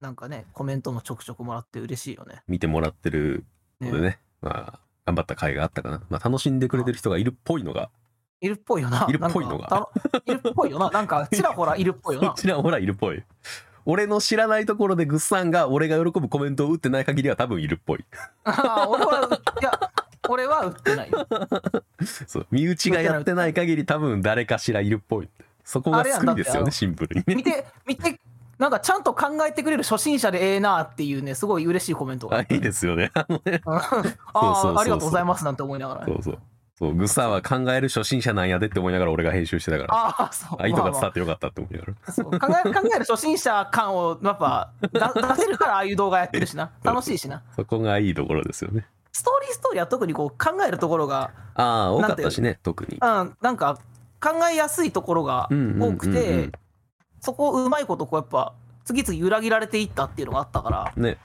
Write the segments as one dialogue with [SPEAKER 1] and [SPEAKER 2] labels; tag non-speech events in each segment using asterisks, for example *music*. [SPEAKER 1] なんかね、コメントもちょくちょくもらって嬉しいよね。
[SPEAKER 2] 見てもらってるのでね、まあ、頑張った甲斐があったかな。まあ、楽しんでくれてる人がいるっぽいのが、
[SPEAKER 1] いるっぽいよな。
[SPEAKER 2] いるっぽいのが
[SPEAKER 1] なんかたのいるっぽいよな。なんか、ちらほらいるっぽいよな
[SPEAKER 2] こ。ちらほらいるっぽい。俺の知らないところでグッさんが俺が喜ぶコメントを打ってない限りは多分いるっぽい。 *laughs*
[SPEAKER 1] あー俺は、いや、俺は売ってないよ。
[SPEAKER 2] そう身内がやってない限り多分誰かしらいるっぽい。そこが救いです
[SPEAKER 1] あれや
[SPEAKER 2] よ
[SPEAKER 1] んだってあの
[SPEAKER 2] ね、シンプルにね。
[SPEAKER 1] 見て、見て、なんかちゃんと考えてくれる初心者でええなっていうね、すごい嬉しいコメントがあ
[SPEAKER 2] あ
[SPEAKER 1] った。
[SPEAKER 2] いいですよね。あのね
[SPEAKER 1] うん
[SPEAKER 2] そうそう
[SPEAKER 1] あ
[SPEAKER 2] そう
[SPEAKER 1] あ、ありがとうございますなんて思いながら
[SPEAKER 2] *laughs* そ
[SPEAKER 1] ね。
[SPEAKER 2] うそう。そう、グッさんは考える初心者なんやでって思いながら俺が編集してたから。
[SPEAKER 1] ああ、そう。
[SPEAKER 2] あ、意図
[SPEAKER 1] ま
[SPEAKER 2] が
[SPEAKER 1] あま
[SPEAKER 2] 伝
[SPEAKER 1] あ
[SPEAKER 2] わってよかったって思いながら。
[SPEAKER 1] そう考え *laughs* 考える初心者感をやっぱだ出せるからああいう動画やってるしな楽しいしな
[SPEAKER 2] そこがいいところですよね。
[SPEAKER 1] ストーリーストーリーは特にこう考えるところが、
[SPEAKER 2] ああ、多かったしね、特
[SPEAKER 1] う
[SPEAKER 2] に。
[SPEAKER 1] ん、なんか考えやすいところが
[SPEAKER 2] うんうんうんうん
[SPEAKER 1] 多くてそこをうまいことこうやっぱ次々裏切られていったっていうのがあったから
[SPEAKER 2] ね。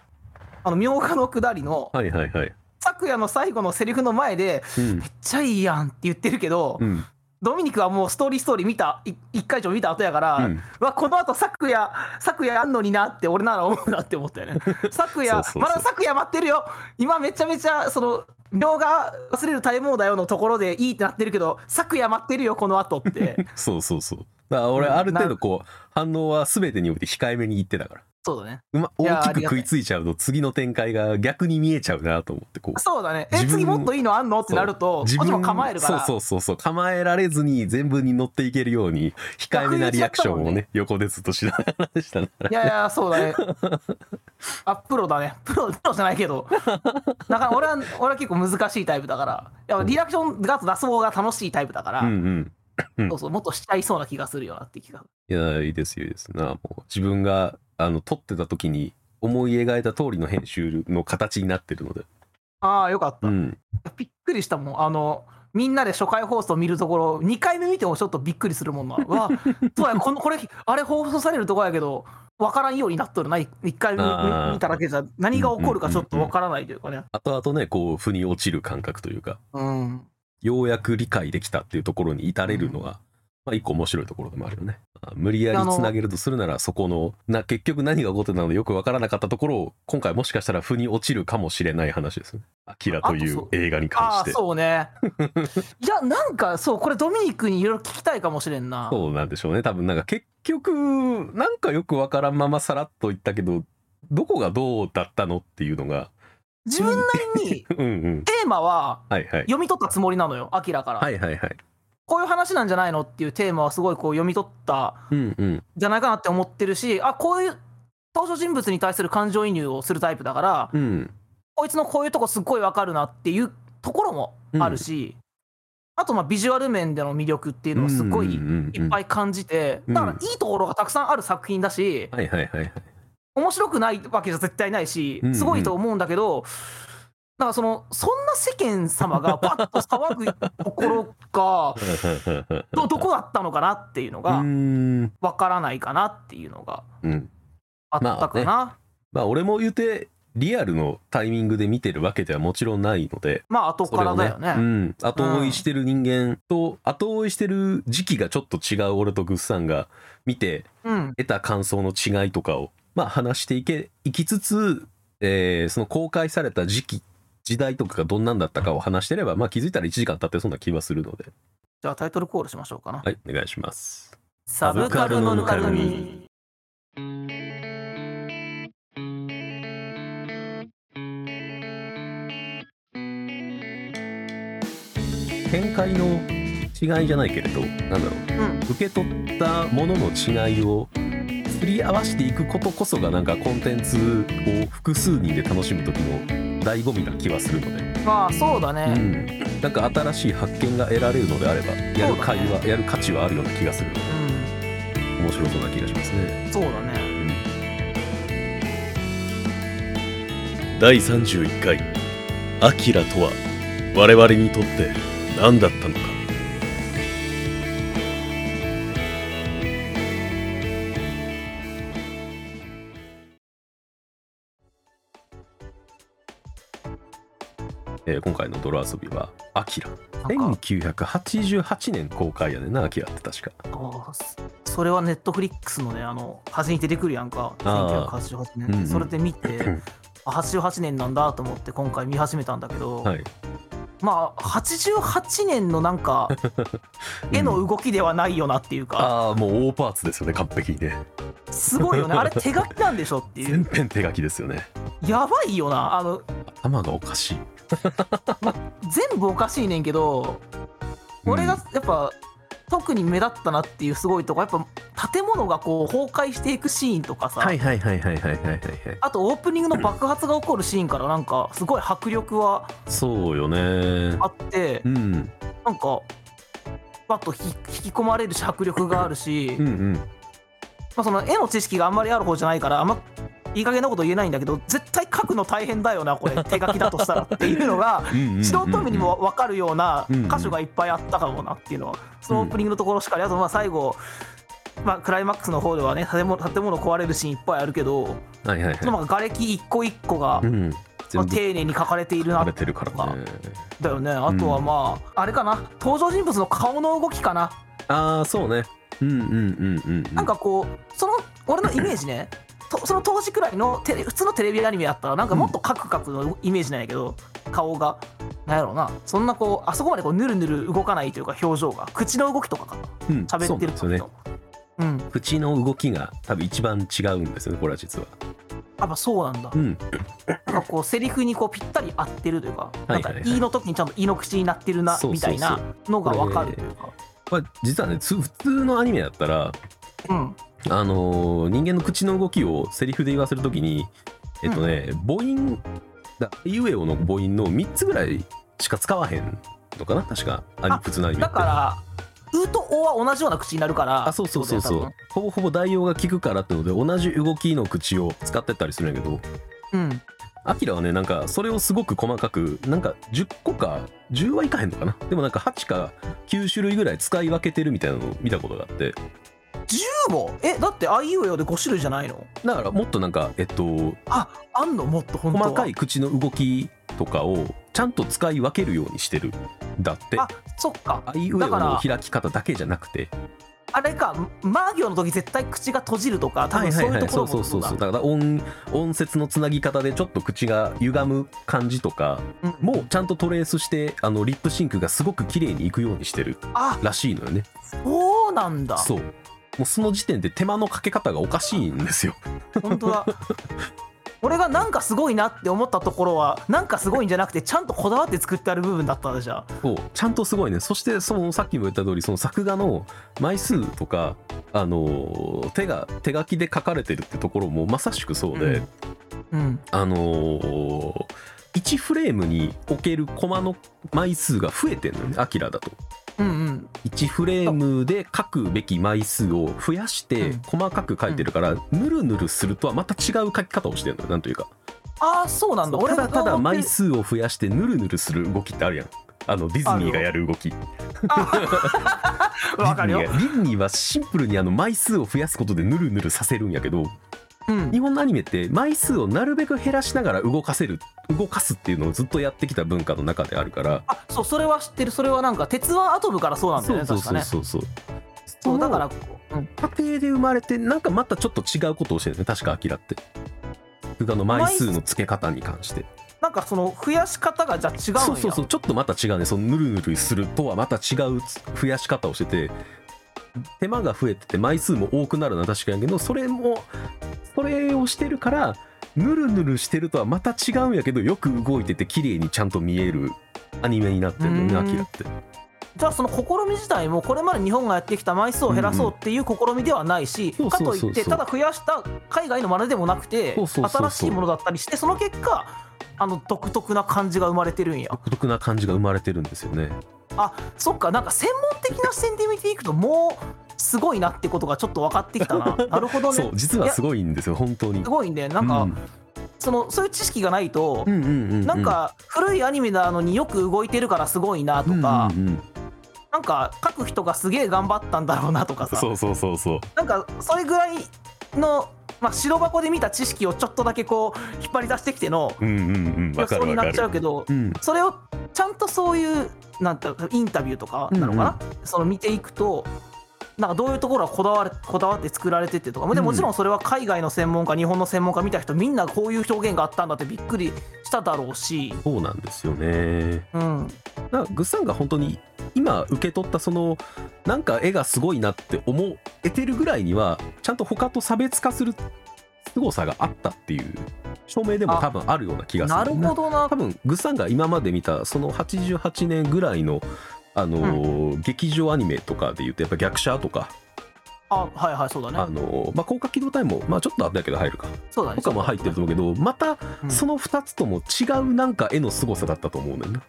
[SPEAKER 1] あの明賀の下りの
[SPEAKER 2] はいはいはい。
[SPEAKER 1] 昨夜の最後のセリフの前で
[SPEAKER 2] う
[SPEAKER 1] 「
[SPEAKER 2] ん
[SPEAKER 1] めっちゃいいやん」って言ってるけど、 *laughs*
[SPEAKER 2] うん。
[SPEAKER 1] ドミニクはもうストーリーストーリー見たい一回以上見た後やから、
[SPEAKER 2] う
[SPEAKER 1] うんわこの後昨夜昨夜あんのになって俺なら思うなって思ったよ
[SPEAKER 2] *laughs*
[SPEAKER 1] ね昨夜
[SPEAKER 2] そうそうそう
[SPEAKER 1] まだ昨夜待ってるよ今めちゃめちゃその秒が忘れる体毛だよのところでいいってなってるけど昨夜待ってるよこの後って
[SPEAKER 2] そうそうそう。だから俺、
[SPEAKER 1] うん
[SPEAKER 2] ある程度こう、反応は全てにおいて控えめに言ってたから。
[SPEAKER 1] そうだね
[SPEAKER 2] うま、
[SPEAKER 1] いや
[SPEAKER 2] 大き
[SPEAKER 1] あ
[SPEAKER 2] く
[SPEAKER 1] りがた
[SPEAKER 2] 食
[SPEAKER 1] い
[SPEAKER 2] いついちゃうと、次の展開が逆に見えちゃうなと思って、こう。
[SPEAKER 1] そうだねえ
[SPEAKER 2] 自分
[SPEAKER 1] 次もっといいのあんのってなるとこっちも構えるから
[SPEAKER 2] そうそうそうそう構えられずに全部に乗っていけるように控えめなリアクションをね
[SPEAKER 1] 逆言っ
[SPEAKER 2] 横でずっとしながらでしたね
[SPEAKER 1] いやいやそうだねあプロだねプロプロじゃないけどだから俺は俺は結構難しいタイプだからいやリアクションガッツ出す方が楽しいタイプだから、
[SPEAKER 2] *laughs* うんうんうん
[SPEAKER 1] そうそう、もっとしちゃいそうな気がするよなって気が。
[SPEAKER 2] いやいいですよいいですなもう自分があの撮ってた時に思い描いた通りの編集の形になってるので、
[SPEAKER 1] ああ、よかった、
[SPEAKER 2] うん、
[SPEAKER 1] びっくりしたもん。あの、みんなで初回放送見るところ、2回目見てもちょっとびっくりするもんな。うわ、そうや、このこれ、あれ放送されるとこやけど、わからんようになっとるな、1回目
[SPEAKER 2] あー
[SPEAKER 1] 見ただけじゃ、何が起こるかちょっとわからないというかね。
[SPEAKER 2] 後々ねこう腑に落ちる感覚というか
[SPEAKER 1] うん。
[SPEAKER 2] ようやく理解できたっていうところに至れるのが、まあ一個面白いところでもあるよね。まあ無理やりつなげるとするならそこのな結局何が起こってたのでよくわからなかったところを今回もしかしたら腑に落ちるかもしれない話ですね。アキラとい
[SPEAKER 1] あと
[SPEAKER 2] う
[SPEAKER 1] そう
[SPEAKER 2] 映画に関
[SPEAKER 1] あ
[SPEAKER 2] し
[SPEAKER 1] あ、
[SPEAKER 2] て。そう
[SPEAKER 1] そうね。いや、なんか、そう、これ、ドミニクにいろいろ聞きたいかもしれんな。
[SPEAKER 2] なんでしょうね。多分なんか結局なんかよくわからんままさらっと言ったけどどこがどうだったのっていうのが
[SPEAKER 1] 自分なりに、
[SPEAKER 2] うんうん
[SPEAKER 1] テーマは
[SPEAKER 2] はいはい
[SPEAKER 1] 読み取ったつもりなのよ、アキラから。
[SPEAKER 2] はいはいはい
[SPEAKER 1] こういう話なんじゃないのっていうテーマはすごいこう読み取った
[SPEAKER 2] うんうん
[SPEAKER 1] じゃないかなって思ってるしあこういう登場人物に対する感情移入をするタイプだから
[SPEAKER 2] うん
[SPEAKER 1] こいつのこういうとこすっごいわかるなっていうところもあるし、あとまあビジュアル面での魅力っていうのをすっごいいっぱ
[SPEAKER 2] い
[SPEAKER 1] い感じて
[SPEAKER 2] うん
[SPEAKER 1] だからいいところがたくさんある作品だし
[SPEAKER 2] はいはいはいはい
[SPEAKER 1] 面白くないわけじゃ絶対ないし
[SPEAKER 2] うん
[SPEAKER 1] すごいと思うんだけど。だからそのそんな世間様がバッと騒ぐところがどどこだったのかなっていうの
[SPEAKER 2] う
[SPEAKER 1] が
[SPEAKER 2] ーん
[SPEAKER 1] わからないかなっていうのが
[SPEAKER 2] うん
[SPEAKER 1] あったかな。まあ、
[SPEAKER 2] まあ俺も言うてリアルのタイミングで見てるわけではもちろんないので
[SPEAKER 1] 後
[SPEAKER 2] そ
[SPEAKER 1] か
[SPEAKER 2] れ
[SPEAKER 1] ら
[SPEAKER 2] を
[SPEAKER 1] だよね。
[SPEAKER 2] うん、後追いしてる人間と後追いしてる時期がちょっと違う俺とグッさんが見て
[SPEAKER 1] うん。
[SPEAKER 2] 得た感想の違いとかをまあ話していけいきつつ、えーその公開された時期時代とかがどんなんだったかを話してればまあ気づいたら1時間経ってそうな気はするので
[SPEAKER 1] じゃあタイトルコールしましょうかな。
[SPEAKER 2] はいお願いします。
[SPEAKER 1] サブカルのぬか組。
[SPEAKER 2] 展開の違いじゃないけれどなんだろう
[SPEAKER 1] うん。
[SPEAKER 2] 受け取ったものの違いをすり合わせていくことこそがなんかコンテンツを複数人で楽しむ時の醍醐味な気はするので、
[SPEAKER 1] まあそうだ
[SPEAKER 2] う
[SPEAKER 1] ね。
[SPEAKER 2] ん、なんか新しい発見が得られるのであればやる会話、やる価値はあるような気がするので
[SPEAKER 1] う
[SPEAKER 2] 面白そうな気がしますね
[SPEAKER 1] ん。そうだね。
[SPEAKER 2] 第31回「アキラとは我々にとって何だったのか」えー今回の泥遊びは「アキラ」
[SPEAKER 1] なんか
[SPEAKER 2] 1988年公開やねんな「アキラ」って確か
[SPEAKER 1] あーそそれはネットフリックスのねあの端に出てくるやんか
[SPEAKER 2] あー
[SPEAKER 1] 1988年、
[SPEAKER 2] うんうん
[SPEAKER 1] それで見
[SPEAKER 2] う *clears throat*
[SPEAKER 1] て
[SPEAKER 2] ん
[SPEAKER 1] あ88年なんだと思って今回見始めたんだけど、
[SPEAKER 2] はい
[SPEAKER 1] まあ88年のなん
[SPEAKER 2] *laughs*
[SPEAKER 1] か絵の動きではないよなっていうか、
[SPEAKER 2] ああもう大パーツですよね完璧にね
[SPEAKER 1] すごいよねあれ手書きなんでしょってい
[SPEAKER 2] *laughs* 全
[SPEAKER 1] う
[SPEAKER 2] 編手書きですよね
[SPEAKER 1] やばいよなあの
[SPEAKER 2] 頭がおかしい
[SPEAKER 1] 全部おかしいねんけど俺がやっぱ、特に目立ったなっていうすごいとこやっぱ建物がこう崩壊していくシーンとかさ、
[SPEAKER 2] はいはいはいはいはいはいはい
[SPEAKER 1] あとオープニングの爆発が起こるシーンからなんかすごい迫力は
[SPEAKER 2] そうよね
[SPEAKER 1] あって
[SPEAKER 2] うん
[SPEAKER 1] なんかパッと引き引き込まれるし迫力があるし、
[SPEAKER 2] う
[SPEAKER 1] ま
[SPEAKER 2] んうん
[SPEAKER 1] あ、その絵の知識があんまりある方じゃないからあんまいい加減なこと言えないんだけど絶対描くの大変だよなこれ手書きだとしたらっていうのが
[SPEAKER 2] うんうんうんうん
[SPEAKER 1] 素人目にも分かるような
[SPEAKER 2] うんうん
[SPEAKER 1] 箇所がいっぱいあったかもなっていうのはそのオープニングのところしかりあとまあ最後、まあ、クライマックスの方ではね建物建物壊れるシーンいっぱいあるけど
[SPEAKER 2] はいはい
[SPEAKER 1] その
[SPEAKER 2] は
[SPEAKER 1] まあ瓦礫一個一個が
[SPEAKER 2] いうん
[SPEAKER 1] まあ
[SPEAKER 2] 全部
[SPEAKER 1] 丁寧に書かれているな
[SPEAKER 2] 荒
[SPEAKER 1] っ
[SPEAKER 2] れてるからね
[SPEAKER 1] だよねあとはまあ、あれかな登場人物の顔の動きかな、
[SPEAKER 2] ああそうねうんうんうんうんう
[SPEAKER 1] なんかこうその俺のイメージねとその当時くらいのテレ普通のテレビアニメだったらなんかもっとカクカクのイメージなんやけど、顔がなんやろうなそんなこうあそこまでこうぬるぬる動かないというか表情が口の動きとかかな
[SPEAKER 2] うん
[SPEAKER 1] 喋ってる
[SPEAKER 2] そうなん
[SPEAKER 1] 時
[SPEAKER 2] ですよね
[SPEAKER 1] とうん
[SPEAKER 2] 口の動きが多分一番違うんですよねこれは実は
[SPEAKER 1] やっぱそうなんだ
[SPEAKER 2] うん
[SPEAKER 1] なんかこうセリフにこうぴったり合ってるというか「
[SPEAKER 2] は
[SPEAKER 1] ないんか
[SPEAKER 2] はいは
[SPEAKER 1] い」
[SPEAKER 2] い
[SPEAKER 1] の時にちゃんと「い」の口になってるな
[SPEAKER 2] そうそう
[SPEAKER 1] み
[SPEAKER 2] そう
[SPEAKER 1] たいなのが分かるというか
[SPEAKER 2] まあ実はねつ普通のアニメだったら
[SPEAKER 1] うん
[SPEAKER 2] あのー人間の口の動きをセリフで言わせるときにえっとね、母音だあいうえおの母音の3つぐらいしか使わへんのかな確かアニ
[SPEAKER 1] あ
[SPEAKER 2] 普通のアニメ
[SPEAKER 1] だ
[SPEAKER 2] って
[SPEAKER 1] から「う」と「お」は同じような口になるから
[SPEAKER 2] あそうそうそうそ
[SPEAKER 1] ってこ
[SPEAKER 2] うほぼほぼ代用が効くからってので同じ動きの口を使ってったりするんやけど
[SPEAKER 1] とや多分
[SPEAKER 2] アキラはねなんかそれをすごく細かくなんか10個か10はいかへんのかなでもなんか8か9種類ぐらい使い分けてるみたいなのを見たことがあって
[SPEAKER 1] うん10もえだって「あいうえお」で5種類じゃないの
[SPEAKER 2] だからもっとなんかえっと
[SPEAKER 1] ああんのもっと本当は
[SPEAKER 2] 細かい口の動きとかをちゃんと使い分けるようにしてるんだって
[SPEAKER 1] あ
[SPEAKER 2] あ
[SPEAKER 1] そっか
[SPEAKER 2] いうえ
[SPEAKER 1] だ
[SPEAKER 2] お
[SPEAKER 1] から
[SPEAKER 2] の開き方だけじゃなくて
[SPEAKER 1] あれかマ行の時絶対口が閉じるとか多分そういうとこ
[SPEAKER 2] そ
[SPEAKER 1] ろ
[SPEAKER 2] うそうそうそう
[SPEAKER 1] も
[SPEAKER 2] だから音音節のつなぎ方でちょっと口が歪む感じとか
[SPEAKER 1] うん
[SPEAKER 2] もうちゃんとトレースしてあのリップシンクがすごく綺麗にいくようにしてる
[SPEAKER 1] あ
[SPEAKER 2] らしいのよね
[SPEAKER 1] そうなんだ
[SPEAKER 2] そうもうその時点で手間のかけ方がおかしいんですよ
[SPEAKER 1] 本当
[SPEAKER 2] *laughs*
[SPEAKER 1] だ俺がなんかすごいなって思ったところはなんかすごいんじゃなくてちゃんとこだわって作ってある部分だったんだじゃあ
[SPEAKER 2] そうちゃんとすごいねそしてそのさっきも言った通りその作画の枚数とかあのー手が手書きで書かれてるってところもまさしくそうで、
[SPEAKER 1] うんうん
[SPEAKER 2] あのー1フレームにおけるコマの枚数が増えてんのよねアキラだと
[SPEAKER 1] うんうん
[SPEAKER 2] 1フレームで書くべき枚数を増やして
[SPEAKER 1] うん
[SPEAKER 2] 細かく書いてるからぬるぬるするとはまた違う書き方をしてるのよなんというか
[SPEAKER 1] ああそうなんだ
[SPEAKER 2] た
[SPEAKER 1] 俺
[SPEAKER 2] だ
[SPEAKER 1] が
[SPEAKER 2] た
[SPEAKER 1] 思
[SPEAKER 2] だ
[SPEAKER 1] って
[SPEAKER 2] 枚
[SPEAKER 1] る
[SPEAKER 2] 数を増やしてぬるぬるする動きってあるやんあのディズニーがやる動き
[SPEAKER 1] わかるよ
[SPEAKER 2] ディズニーがディズニーはシンプルにあの枚数を増やすことでぬるぬるさせるんやけど
[SPEAKER 1] うん
[SPEAKER 2] 日本のアニメって枚数をなるべく減らしながら動かせる動かすっていうのをずっとやってきた文化の中であるから
[SPEAKER 1] あそうそれは知ってるそれはなんか鉄腕アトムからそうなんだよね
[SPEAKER 2] そう
[SPEAKER 1] 確
[SPEAKER 2] そ
[SPEAKER 1] か
[SPEAKER 2] う
[SPEAKER 1] ね
[SPEAKER 2] そうそう
[SPEAKER 1] そうだから
[SPEAKER 2] こ
[SPEAKER 1] うん
[SPEAKER 2] の家庭で生まれてなんかまたちょっと違うことをしてるね確かアキラって作画の枚数の付け方に関して
[SPEAKER 1] なんかその増やし方がじゃあ違うんや
[SPEAKER 2] そうそうそうちょっとまた違うねそのぬるぬるするとはまた違う増やし方をしてて手間が増えてて枚数も多くなるのは確かやけどそれもそれをしてるからぬるぬるしてるとはまた違うんやけどよく動いてて綺麗にちゃんと見えるアニメになってるのね
[SPEAKER 1] う
[SPEAKER 2] ア
[SPEAKER 1] ん
[SPEAKER 2] キラって
[SPEAKER 1] じゃあその試み自体もこれまで日本がやってきた枚数を減らそうっていう試みではないし、
[SPEAKER 2] うんうん
[SPEAKER 1] かと
[SPEAKER 2] そ
[SPEAKER 1] いう
[SPEAKER 2] そう
[SPEAKER 1] っ
[SPEAKER 2] そ
[SPEAKER 1] て
[SPEAKER 2] うそう
[SPEAKER 1] ただ増やした海外の真似でもなくて
[SPEAKER 2] そうそうそうそう
[SPEAKER 1] 新しいものだったりしてその結果あの独特な感じが生まれてるんや
[SPEAKER 2] 独特な感じが生まれてるんですよね
[SPEAKER 1] あそっかなんか専門的な視点で見ていくともうすごいなってことがちょっと分かってきた
[SPEAKER 2] *laughs*
[SPEAKER 1] ななるほど
[SPEAKER 2] そ
[SPEAKER 1] ね
[SPEAKER 2] う実はすごいんですよ本当に
[SPEAKER 1] すごいんでなんか、そのそういう知識がないと、
[SPEAKER 2] うん、うんうんうんうん
[SPEAKER 1] なんか古いアニメなのによく動いてるからすごいなとか、
[SPEAKER 2] うんうんうん
[SPEAKER 1] なんか書く人がすげえ頑張ったんだろうなとかさ
[SPEAKER 2] そうそうそうそう
[SPEAKER 1] なんかそれぐらいの、まあ、白箱で見た知識をちょっとだけこう引っ張り出してきての
[SPEAKER 2] うんうんうんわ
[SPEAKER 1] 予
[SPEAKER 2] か
[SPEAKER 1] 想に
[SPEAKER 2] るわか
[SPEAKER 1] なっ
[SPEAKER 2] る
[SPEAKER 1] ちゃうけど
[SPEAKER 2] うん
[SPEAKER 1] それをちゃんとそういうなんていうのインタビューとかなのかな、その見ていくとなんかどういうところがこだわれこだわって作られてってとかで
[SPEAKER 2] うん
[SPEAKER 1] もちろんそれは海外の専門家日本の専門家見た人みんなこういう表現があったんだってびっくりしただろうし、
[SPEAKER 2] そうなんですよね
[SPEAKER 1] うん、
[SPEAKER 2] だからグッさんが本当に今受け取ったそのなんか絵がすごいなって思えてるぐらいにはちゃんと他と差別化する凄さがあったっていう証明でも多分あるような気がする
[SPEAKER 1] なるほどな
[SPEAKER 2] 多分グッさんが今まで見たその88年ぐらいの、あのー劇場アニメとかで言うとやっぱ逆者とか、
[SPEAKER 1] あはいはいそうだ
[SPEAKER 2] あ
[SPEAKER 1] ね
[SPEAKER 2] のーまあ、高架機動隊も、まあ、ちょっとあったけど入るか
[SPEAKER 1] そうだね
[SPEAKER 2] とかも入ってると思うけどまた
[SPEAKER 1] うん
[SPEAKER 2] その2つとも違うなんか絵の凄さだったと思うのよね、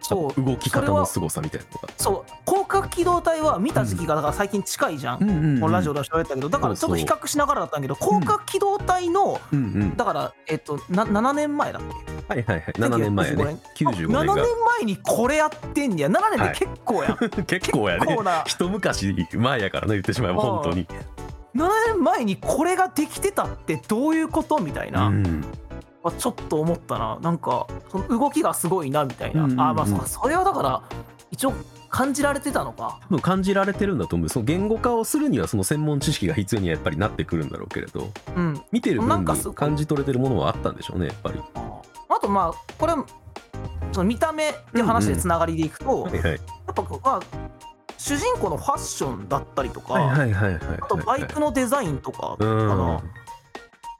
[SPEAKER 1] そう
[SPEAKER 2] 動き方の凄さみたいなのが。
[SPEAKER 1] そう広角機動隊は見た時期がだから最近近いじゃん、
[SPEAKER 2] うんうんうん
[SPEAKER 1] もうラジオでは喋ったけどだからちょっと比較しながらだったんだけど広角機動隊の
[SPEAKER 2] うんうん、
[SPEAKER 1] だからえっとな7年前だっけ
[SPEAKER 2] はいはいはい7年前やね95
[SPEAKER 1] 95
[SPEAKER 2] 年
[SPEAKER 1] 年
[SPEAKER 2] が
[SPEAKER 1] 7年前にこれやってんねや7年って結構やん、
[SPEAKER 2] *laughs* 結構や
[SPEAKER 1] 結
[SPEAKER 2] ね
[SPEAKER 1] 構な
[SPEAKER 2] 一昔前やからね言ってしまえば本当に、
[SPEAKER 1] 7年前にこれができてたってどういうことみたいうな、
[SPEAKER 2] ん、
[SPEAKER 1] まあちょっと思ったななんかその動きがすごいなみたいな、
[SPEAKER 2] うんうんうん
[SPEAKER 1] あまあそうかそれはだから一応感じられてたのか
[SPEAKER 2] 多分感じられてるんだと思うその言語化をするにはその専門知識が必要にはやっぱりなってくるんだろうけれど
[SPEAKER 1] うん
[SPEAKER 2] 見てる
[SPEAKER 1] な
[SPEAKER 2] 分
[SPEAKER 1] んかすご
[SPEAKER 2] に
[SPEAKER 1] い
[SPEAKER 2] 感じ取れてるものはあったんでしょうねやっぱり。
[SPEAKER 1] あとまあこれその見た目っていう話でつながりでいくと、
[SPEAKER 2] はいはい
[SPEAKER 1] やっぱこうまあ主人公のファッションだったりとか、
[SPEAKER 2] はいはいはいはいはい
[SPEAKER 1] あとバイクのデザインとかかな、
[SPEAKER 2] うん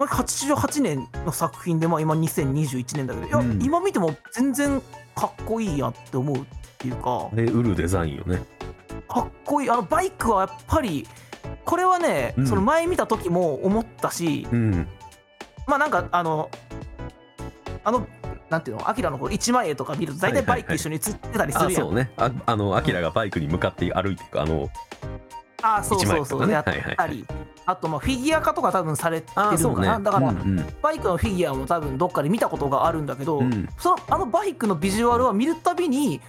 [SPEAKER 1] これ88年の作品で、まあ、今2021年だけどいや、
[SPEAKER 2] うん
[SPEAKER 1] 今見ても全然かっこいいやって思うっていうか
[SPEAKER 2] あれ売るデザインよね。
[SPEAKER 1] かっこいいあのバイクはやっぱりこれはね、
[SPEAKER 2] うん
[SPEAKER 1] その前見た時も思ったし、
[SPEAKER 2] うん
[SPEAKER 1] まあなんかあのあのなんていうのアキラのこう一枚絵とか見ると大体バイク一緒に写ってたりす
[SPEAKER 2] あ
[SPEAKER 1] るやん、
[SPEAKER 2] そうねああのアキラがバイクに向かって歩いていくあの
[SPEAKER 1] あそう
[SPEAKER 2] 一
[SPEAKER 1] そ
[SPEAKER 2] 枚
[SPEAKER 1] う
[SPEAKER 2] と
[SPEAKER 1] そ
[SPEAKER 2] か
[SPEAKER 1] う、
[SPEAKER 2] ね。
[SPEAKER 1] や
[SPEAKER 2] は
[SPEAKER 1] っ
[SPEAKER 2] いはい
[SPEAKER 1] た
[SPEAKER 2] はい
[SPEAKER 1] りあとまあフィギュア化とか多分されてる
[SPEAKER 2] あそ
[SPEAKER 1] の
[SPEAKER 2] う
[SPEAKER 1] か
[SPEAKER 2] ね
[SPEAKER 1] な、だから、
[SPEAKER 2] うん
[SPEAKER 1] バイクのフィギュアも多分どっかで見たことがあるんだけど、
[SPEAKER 2] うんうん
[SPEAKER 1] そのあのバイクのビジュアルは見るたびに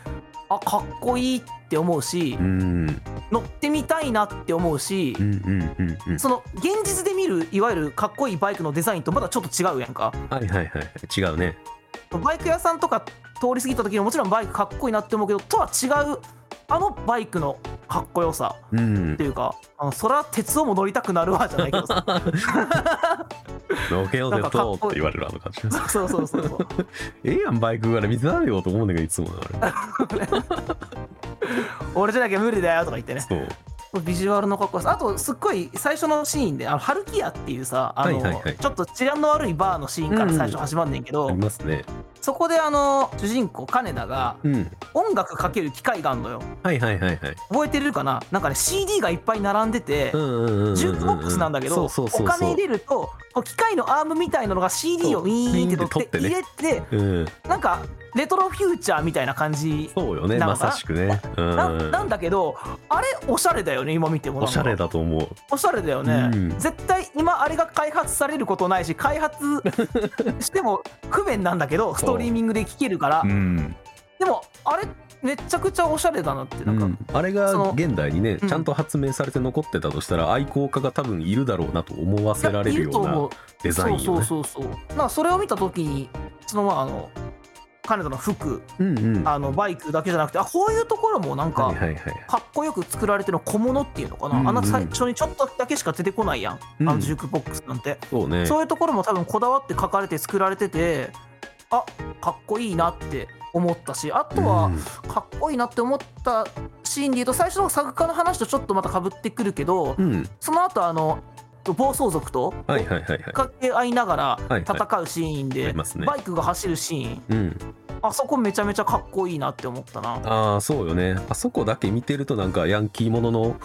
[SPEAKER 1] あかっこいいって思うし、
[SPEAKER 2] うん
[SPEAKER 1] 乗ってみたいなって思うし
[SPEAKER 2] う、んうんうんうん
[SPEAKER 1] その現実で見るいわゆるかっこいいバイクのデザインとまだちょっと違うやんか
[SPEAKER 2] はいはいはい違うね。
[SPEAKER 1] バイク屋さんとか通り過ぎた時にもちろんバイクかっこいいなって思うけどとは違うあのバイクのかっこよさ
[SPEAKER 2] うん
[SPEAKER 1] っていうかあのそら鉄をも乗りたくなるわじゃないけどさ
[SPEAKER 2] ロケを
[SPEAKER 1] なん
[SPEAKER 2] で
[SPEAKER 1] かかっ
[SPEAKER 2] と
[SPEAKER 1] こいい
[SPEAKER 2] って言われるあの感じ。
[SPEAKER 1] そうそうそうそう
[SPEAKER 2] *laughs* ええやんバイクから水あるよと思うんだけどいつもなあれ。
[SPEAKER 1] 俺じゃなきゃ無理だよとか言ってね
[SPEAKER 2] *laughs* そう
[SPEAKER 1] ビジュアルのかっこよさあとすっごい最初のシーンであのハルキアっていうさあの、
[SPEAKER 2] はいはいはい
[SPEAKER 1] ちょっと治安の悪いバーのシーンから最初始まんねんけど、
[SPEAKER 2] ありますね。
[SPEAKER 1] そこであの主人公金田が
[SPEAKER 2] うん
[SPEAKER 1] 音楽かける機械があるのよ
[SPEAKER 2] はいはいはいはい。
[SPEAKER 1] 覚えてるかななんかね CD がいっぱい並んでて、
[SPEAKER 2] うんうんうんうんうん。
[SPEAKER 1] ジュークボックスなんだけど
[SPEAKER 2] そうそうそうそう
[SPEAKER 1] お金入れるとこう機械のアームみたいなのが CD をウィーンって取って
[SPEAKER 2] そうウィ
[SPEAKER 1] 入
[SPEAKER 2] ー
[SPEAKER 1] れて
[SPEAKER 2] うん、
[SPEAKER 1] なんかレトロフューチャーみたいな感じ
[SPEAKER 2] そうよね
[SPEAKER 1] な
[SPEAKER 2] ま
[SPEAKER 1] のかな
[SPEAKER 2] さしくね、う、
[SPEAKER 1] なんなんだけどあれおしゃれだよね今見ても
[SPEAKER 2] お
[SPEAKER 1] なんか
[SPEAKER 2] しゃれだと思う
[SPEAKER 1] おしゃれだよね、
[SPEAKER 2] うん
[SPEAKER 1] 絶対今あれが開発されることないし開発しても不便なんだけどストリーミングで聴けるから、
[SPEAKER 2] うん、
[SPEAKER 1] でもあれめちゃくちゃおしゃれだなってなんか、
[SPEAKER 2] うんあれ
[SPEAKER 1] そ
[SPEAKER 2] が
[SPEAKER 1] の
[SPEAKER 2] 現代にね
[SPEAKER 1] うん
[SPEAKER 2] ちゃんと発明されて残ってたとしたら、愛好家が多分いるだろうなと思わせられ
[SPEAKER 1] いやい
[SPEAKER 2] るよ
[SPEAKER 1] ると
[SPEAKER 2] う
[SPEAKER 1] 思
[SPEAKER 2] な
[SPEAKER 1] う
[SPEAKER 2] デザイン
[SPEAKER 1] そ
[SPEAKER 2] よ
[SPEAKER 1] う
[SPEAKER 2] ね
[SPEAKER 1] そうそうそうなんかそれを見た時にそのまああの彼女の服
[SPEAKER 2] うんうんは
[SPEAKER 1] あのバイクだけじゃなくてあこういうところもなん
[SPEAKER 2] い
[SPEAKER 1] か、
[SPEAKER 2] はいはい
[SPEAKER 1] かっこよく作られてる小物っていうのかな、
[SPEAKER 2] うんうん
[SPEAKER 1] あの最初にちょっとだけしか出てこないやん、あ
[SPEAKER 2] うん
[SPEAKER 1] のジュークボックスなんて、
[SPEAKER 2] そうね
[SPEAKER 1] そういうところも多分こだわって書かれて作られててあかっこいいなって思ったしあとはかっこいいなって思ったシーンで言うと最初の作家の話とちょっとまたかぶってくるけど
[SPEAKER 2] うん、うん、
[SPEAKER 1] その後あの暴走族と
[SPEAKER 2] はいはいはいはい
[SPEAKER 1] 掛け合いなが
[SPEAKER 2] は
[SPEAKER 1] ら
[SPEAKER 2] い
[SPEAKER 1] 戦うシーン
[SPEAKER 2] あり
[SPEAKER 1] で
[SPEAKER 2] ますね
[SPEAKER 1] バイクが走るシーン
[SPEAKER 2] うん、
[SPEAKER 1] あそこめちゃめちゃかっこいいなって思ったな。
[SPEAKER 2] ああそうよねあそこだけ見てるとなんかヤンキーものの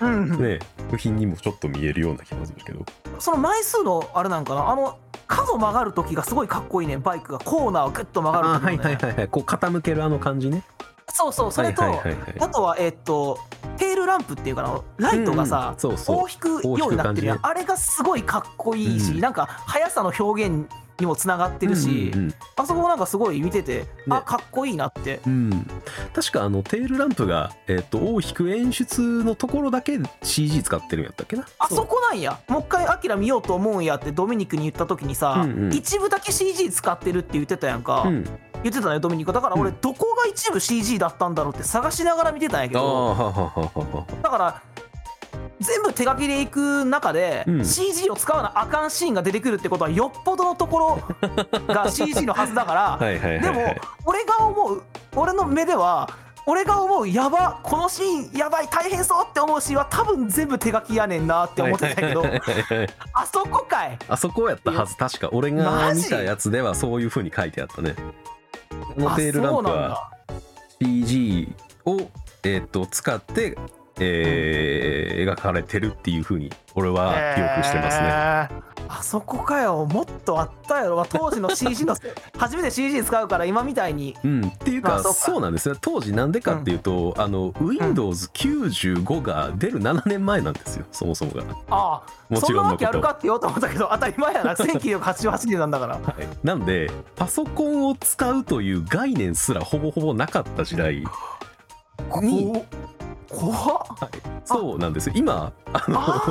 [SPEAKER 1] うん
[SPEAKER 2] ね部品にもちょっと見えるような気がするけど
[SPEAKER 1] その枚数のあれなんかなあの角曲がる時がすごいかっこいいねバイクがコーナーをグッと曲が
[SPEAKER 2] あ
[SPEAKER 1] る
[SPEAKER 2] ーは
[SPEAKER 1] 時
[SPEAKER 2] い
[SPEAKER 1] の
[SPEAKER 2] はい
[SPEAKER 1] ね
[SPEAKER 2] はいはいこう傾けるあの感じね
[SPEAKER 1] そうそうそれと、
[SPEAKER 2] はいはいはいはい
[SPEAKER 1] あとはえーっとテールランプっていうかなライトが
[SPEAKER 2] うんう
[SPEAKER 1] さ
[SPEAKER 2] ん、そうそう
[SPEAKER 1] こう引くようになってるやん、
[SPEAKER 2] こ
[SPEAKER 1] あれがすごいかっこいいし、
[SPEAKER 2] うん
[SPEAKER 1] なんか速さの表現にもつながってるし、
[SPEAKER 2] うんうんうん
[SPEAKER 1] あそこもなんかすごい見てて、あかっこいいなって
[SPEAKER 2] うん、確かあのテールランプが、えっと尾を引く演出のところだけ CG 使ってるんやったっけな
[SPEAKER 1] あそこなんやもう一回アキラ見ようと思うんやってドミニクに言った時にさ、
[SPEAKER 2] うんうん
[SPEAKER 1] 一部だけ CG 使ってるって言ってたやんか、
[SPEAKER 2] うん、
[SPEAKER 1] 言ってたねドミニクだから俺
[SPEAKER 2] うん
[SPEAKER 1] どこが一部 CG だったんだろうって探しながら見てたんやけ
[SPEAKER 2] ああ
[SPEAKER 1] ど、
[SPEAKER 2] ははははは
[SPEAKER 1] だから全部手書きでいく中で、
[SPEAKER 2] うん
[SPEAKER 1] CG を使わなあかんシーンが出てくるってことはよっぽどのところ
[SPEAKER 2] *laughs*
[SPEAKER 1] が CG のはずだから、
[SPEAKER 2] はいはいはい、
[SPEAKER 1] で
[SPEAKER 2] はい、
[SPEAKER 1] も、俺が思う俺の目では俺が思うやばこのシーンやばい大変そうって思うシーンは多分全部手書きやねんなって思ってたけど、
[SPEAKER 2] はいはいはいはい
[SPEAKER 1] あそこかい
[SPEAKER 2] あそこやったはず確か俺が
[SPEAKER 1] マ
[SPEAKER 2] 見
[SPEAKER 1] ジ
[SPEAKER 2] たやつではそういう風に書いてあったねこの
[SPEAKER 1] あ
[SPEAKER 2] テールラン
[SPEAKER 1] そう
[SPEAKER 2] プ
[SPEAKER 1] なん
[SPEAKER 2] は
[SPEAKER 1] だ
[SPEAKER 2] CG を、えー、と使って、えー描かれてるっていう風に俺は記憶してますね、
[SPEAKER 1] へーあそこかよもっとあったやろ当時の CG の初めて CG 使うから今みたいに
[SPEAKER 2] うん、っていう
[SPEAKER 1] ま
[SPEAKER 2] か
[SPEAKER 1] あそう
[SPEAKER 2] そう
[SPEAKER 1] か
[SPEAKER 2] なんですよ当時なんでかっていうと、あの Windows95 が出る7年前なんですよそもそもが
[SPEAKER 1] ああ
[SPEAKER 2] も
[SPEAKER 1] そ
[SPEAKER 2] ち
[SPEAKER 1] んな
[SPEAKER 2] ろん
[SPEAKER 1] わ
[SPEAKER 2] の
[SPEAKER 1] け
[SPEAKER 2] こ
[SPEAKER 1] ある
[SPEAKER 2] と
[SPEAKER 1] かって言おうと思ったけど当たり前や
[SPEAKER 2] *laughs*
[SPEAKER 1] な1988年なんだから
[SPEAKER 2] はい、なんでパソコンを使うという概念すらほぼほぼなかった時代に
[SPEAKER 1] こ怖っ
[SPEAKER 2] そうなんですよ今あの
[SPEAKER 1] あ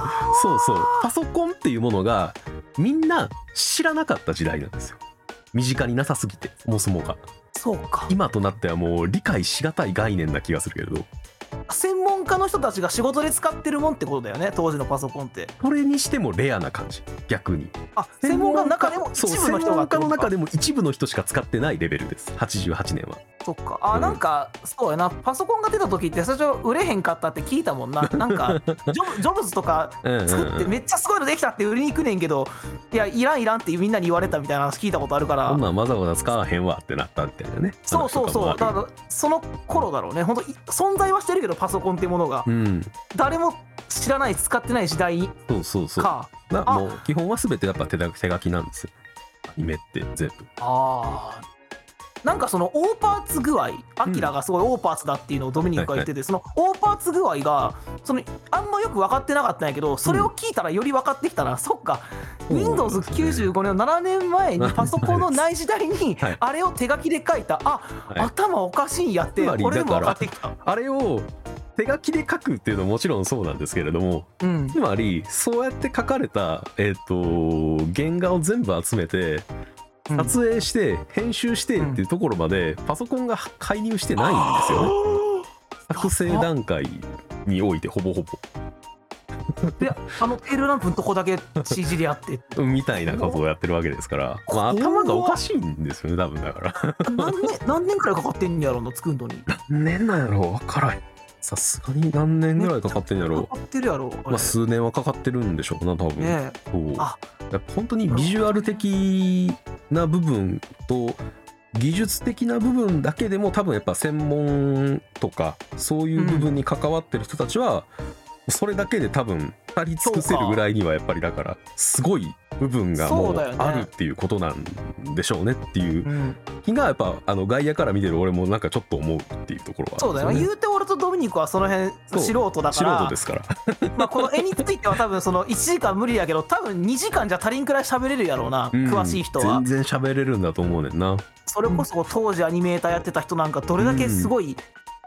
[SPEAKER 2] そうそうパソコンっていうものがみんな知らなかった時代なんですよ身近になさすぎてそもそもが
[SPEAKER 1] ーそうか
[SPEAKER 2] 今となってはもう理解しがたい概念な気がするけれど
[SPEAKER 1] 専門家の人たちが仕事で使ってるもんってことだよね当時のパソコンって
[SPEAKER 2] それにしてもレアな感じ逆に
[SPEAKER 1] あ専門家の中でも一
[SPEAKER 2] そう
[SPEAKER 1] 部の
[SPEAKER 2] 専
[SPEAKER 1] 人が
[SPEAKER 2] 門
[SPEAKER 1] って
[SPEAKER 2] 家
[SPEAKER 1] こ
[SPEAKER 2] の
[SPEAKER 1] と
[SPEAKER 2] 中
[SPEAKER 1] か
[SPEAKER 2] でも一部の人しか使ってないレベルです88年は
[SPEAKER 1] そっかあ、
[SPEAKER 2] うん
[SPEAKER 1] なんかそうやなパソコンが出た時って最初売れへんかったって聞いたもんななん
[SPEAKER 2] *laughs*
[SPEAKER 1] かジョブジョブズとか
[SPEAKER 2] うんうん
[SPEAKER 1] 作って
[SPEAKER 2] うん
[SPEAKER 1] めっちゃすごいのできたって売りに行くねんけどいやいらんいらんってみんなに言われたみたいな話聞いたことあるから
[SPEAKER 2] こんなんわざわざ使わへんわってなったみたいなね
[SPEAKER 1] そうそうそう
[SPEAKER 2] 話
[SPEAKER 1] だ
[SPEAKER 2] とか
[SPEAKER 1] か
[SPEAKER 2] もある
[SPEAKER 1] らその頃だろうね本当存在はしてるけどパソコンってものが
[SPEAKER 2] うん
[SPEAKER 1] 誰も知らない使ってない時代
[SPEAKER 2] そうそうそう
[SPEAKER 1] か
[SPEAKER 2] な
[SPEAKER 1] あ
[SPEAKER 2] もう基本は全てやっぱ手だ手書きなんですよアニメって全部
[SPEAKER 1] あーなんかそのオーパーツ具合アキラがすごいオーパーツだっていうのをドミニクが言ってて、そのオーパーツ具合がそのあんまよく分かってなかったんやけどそれを聞いたらより分かってきたら、そっか
[SPEAKER 2] そうなんですね
[SPEAKER 1] Windows95 年の7年前
[SPEAKER 2] *laughs*
[SPEAKER 1] にパソコンのない時代に
[SPEAKER 2] はい
[SPEAKER 1] あれを手書きで書いた、あ、
[SPEAKER 2] はい
[SPEAKER 1] 頭おかしいんやって
[SPEAKER 2] つまり
[SPEAKER 1] 俺でも
[SPEAKER 2] だか
[SPEAKER 1] 分
[SPEAKER 2] ら
[SPEAKER 1] かってきた。
[SPEAKER 2] あれを手書きで書くっていうのはもちろんそうなんですけれども
[SPEAKER 1] うん
[SPEAKER 2] つまりそうやって書かれた、えっと原画を全部集めて
[SPEAKER 1] うん
[SPEAKER 2] 撮影して編集してっていうところまでパソコンが介入してないんですよね作成段階においてほぼほ
[SPEAKER 1] であのテールランプのとこだけ CG でやって
[SPEAKER 2] ぼみたいなことをやってるわけですから、まあ、
[SPEAKER 1] これは
[SPEAKER 2] 頭がおかしいんですよね多分だから
[SPEAKER 1] 何年何年くらいかかってんやろうな作るのに
[SPEAKER 2] 年なんやろ分からんさすがに何年ぐらいかかってんや
[SPEAKER 1] か
[SPEAKER 2] ろ
[SPEAKER 1] かってるやろあ
[SPEAKER 2] ま
[SPEAKER 1] れ
[SPEAKER 2] あ数年はかかってるんでしょうな多分、
[SPEAKER 1] ねえ
[SPEAKER 2] そう
[SPEAKER 1] あ
[SPEAKER 2] だから本当にビジュアル的な部分と技術的な部分だけでも多分やっぱ専門とかそういう部分に関わってる人たちは、それだけで多分足り尽くせるぐらいにはやっぱりだからすごい部分がも
[SPEAKER 1] そう
[SPEAKER 2] う
[SPEAKER 1] だよね
[SPEAKER 2] あるっていうことなんでしょうねっていう
[SPEAKER 1] うん、
[SPEAKER 2] 気がやっぱあの外野から見てる俺もなんかちょっと思うっていうところはあ
[SPEAKER 1] そ
[SPEAKER 2] る
[SPEAKER 1] うんだよ
[SPEAKER 2] ですよ
[SPEAKER 1] ね、
[SPEAKER 2] ね
[SPEAKER 1] 言うて俺とドミニクはその辺
[SPEAKER 2] そう
[SPEAKER 1] 素人だか
[SPEAKER 2] 素人
[SPEAKER 1] ら
[SPEAKER 2] ですから
[SPEAKER 1] まあ、この絵については多分その1時間無理やけど多分2時間じゃ足りんくらい喋れるやろうな、
[SPEAKER 2] うん
[SPEAKER 1] 詳しい人は
[SPEAKER 2] 全然喋れるんだと思うねんな
[SPEAKER 1] それこそ当時アニメーターやってた人なんかどれだけすごい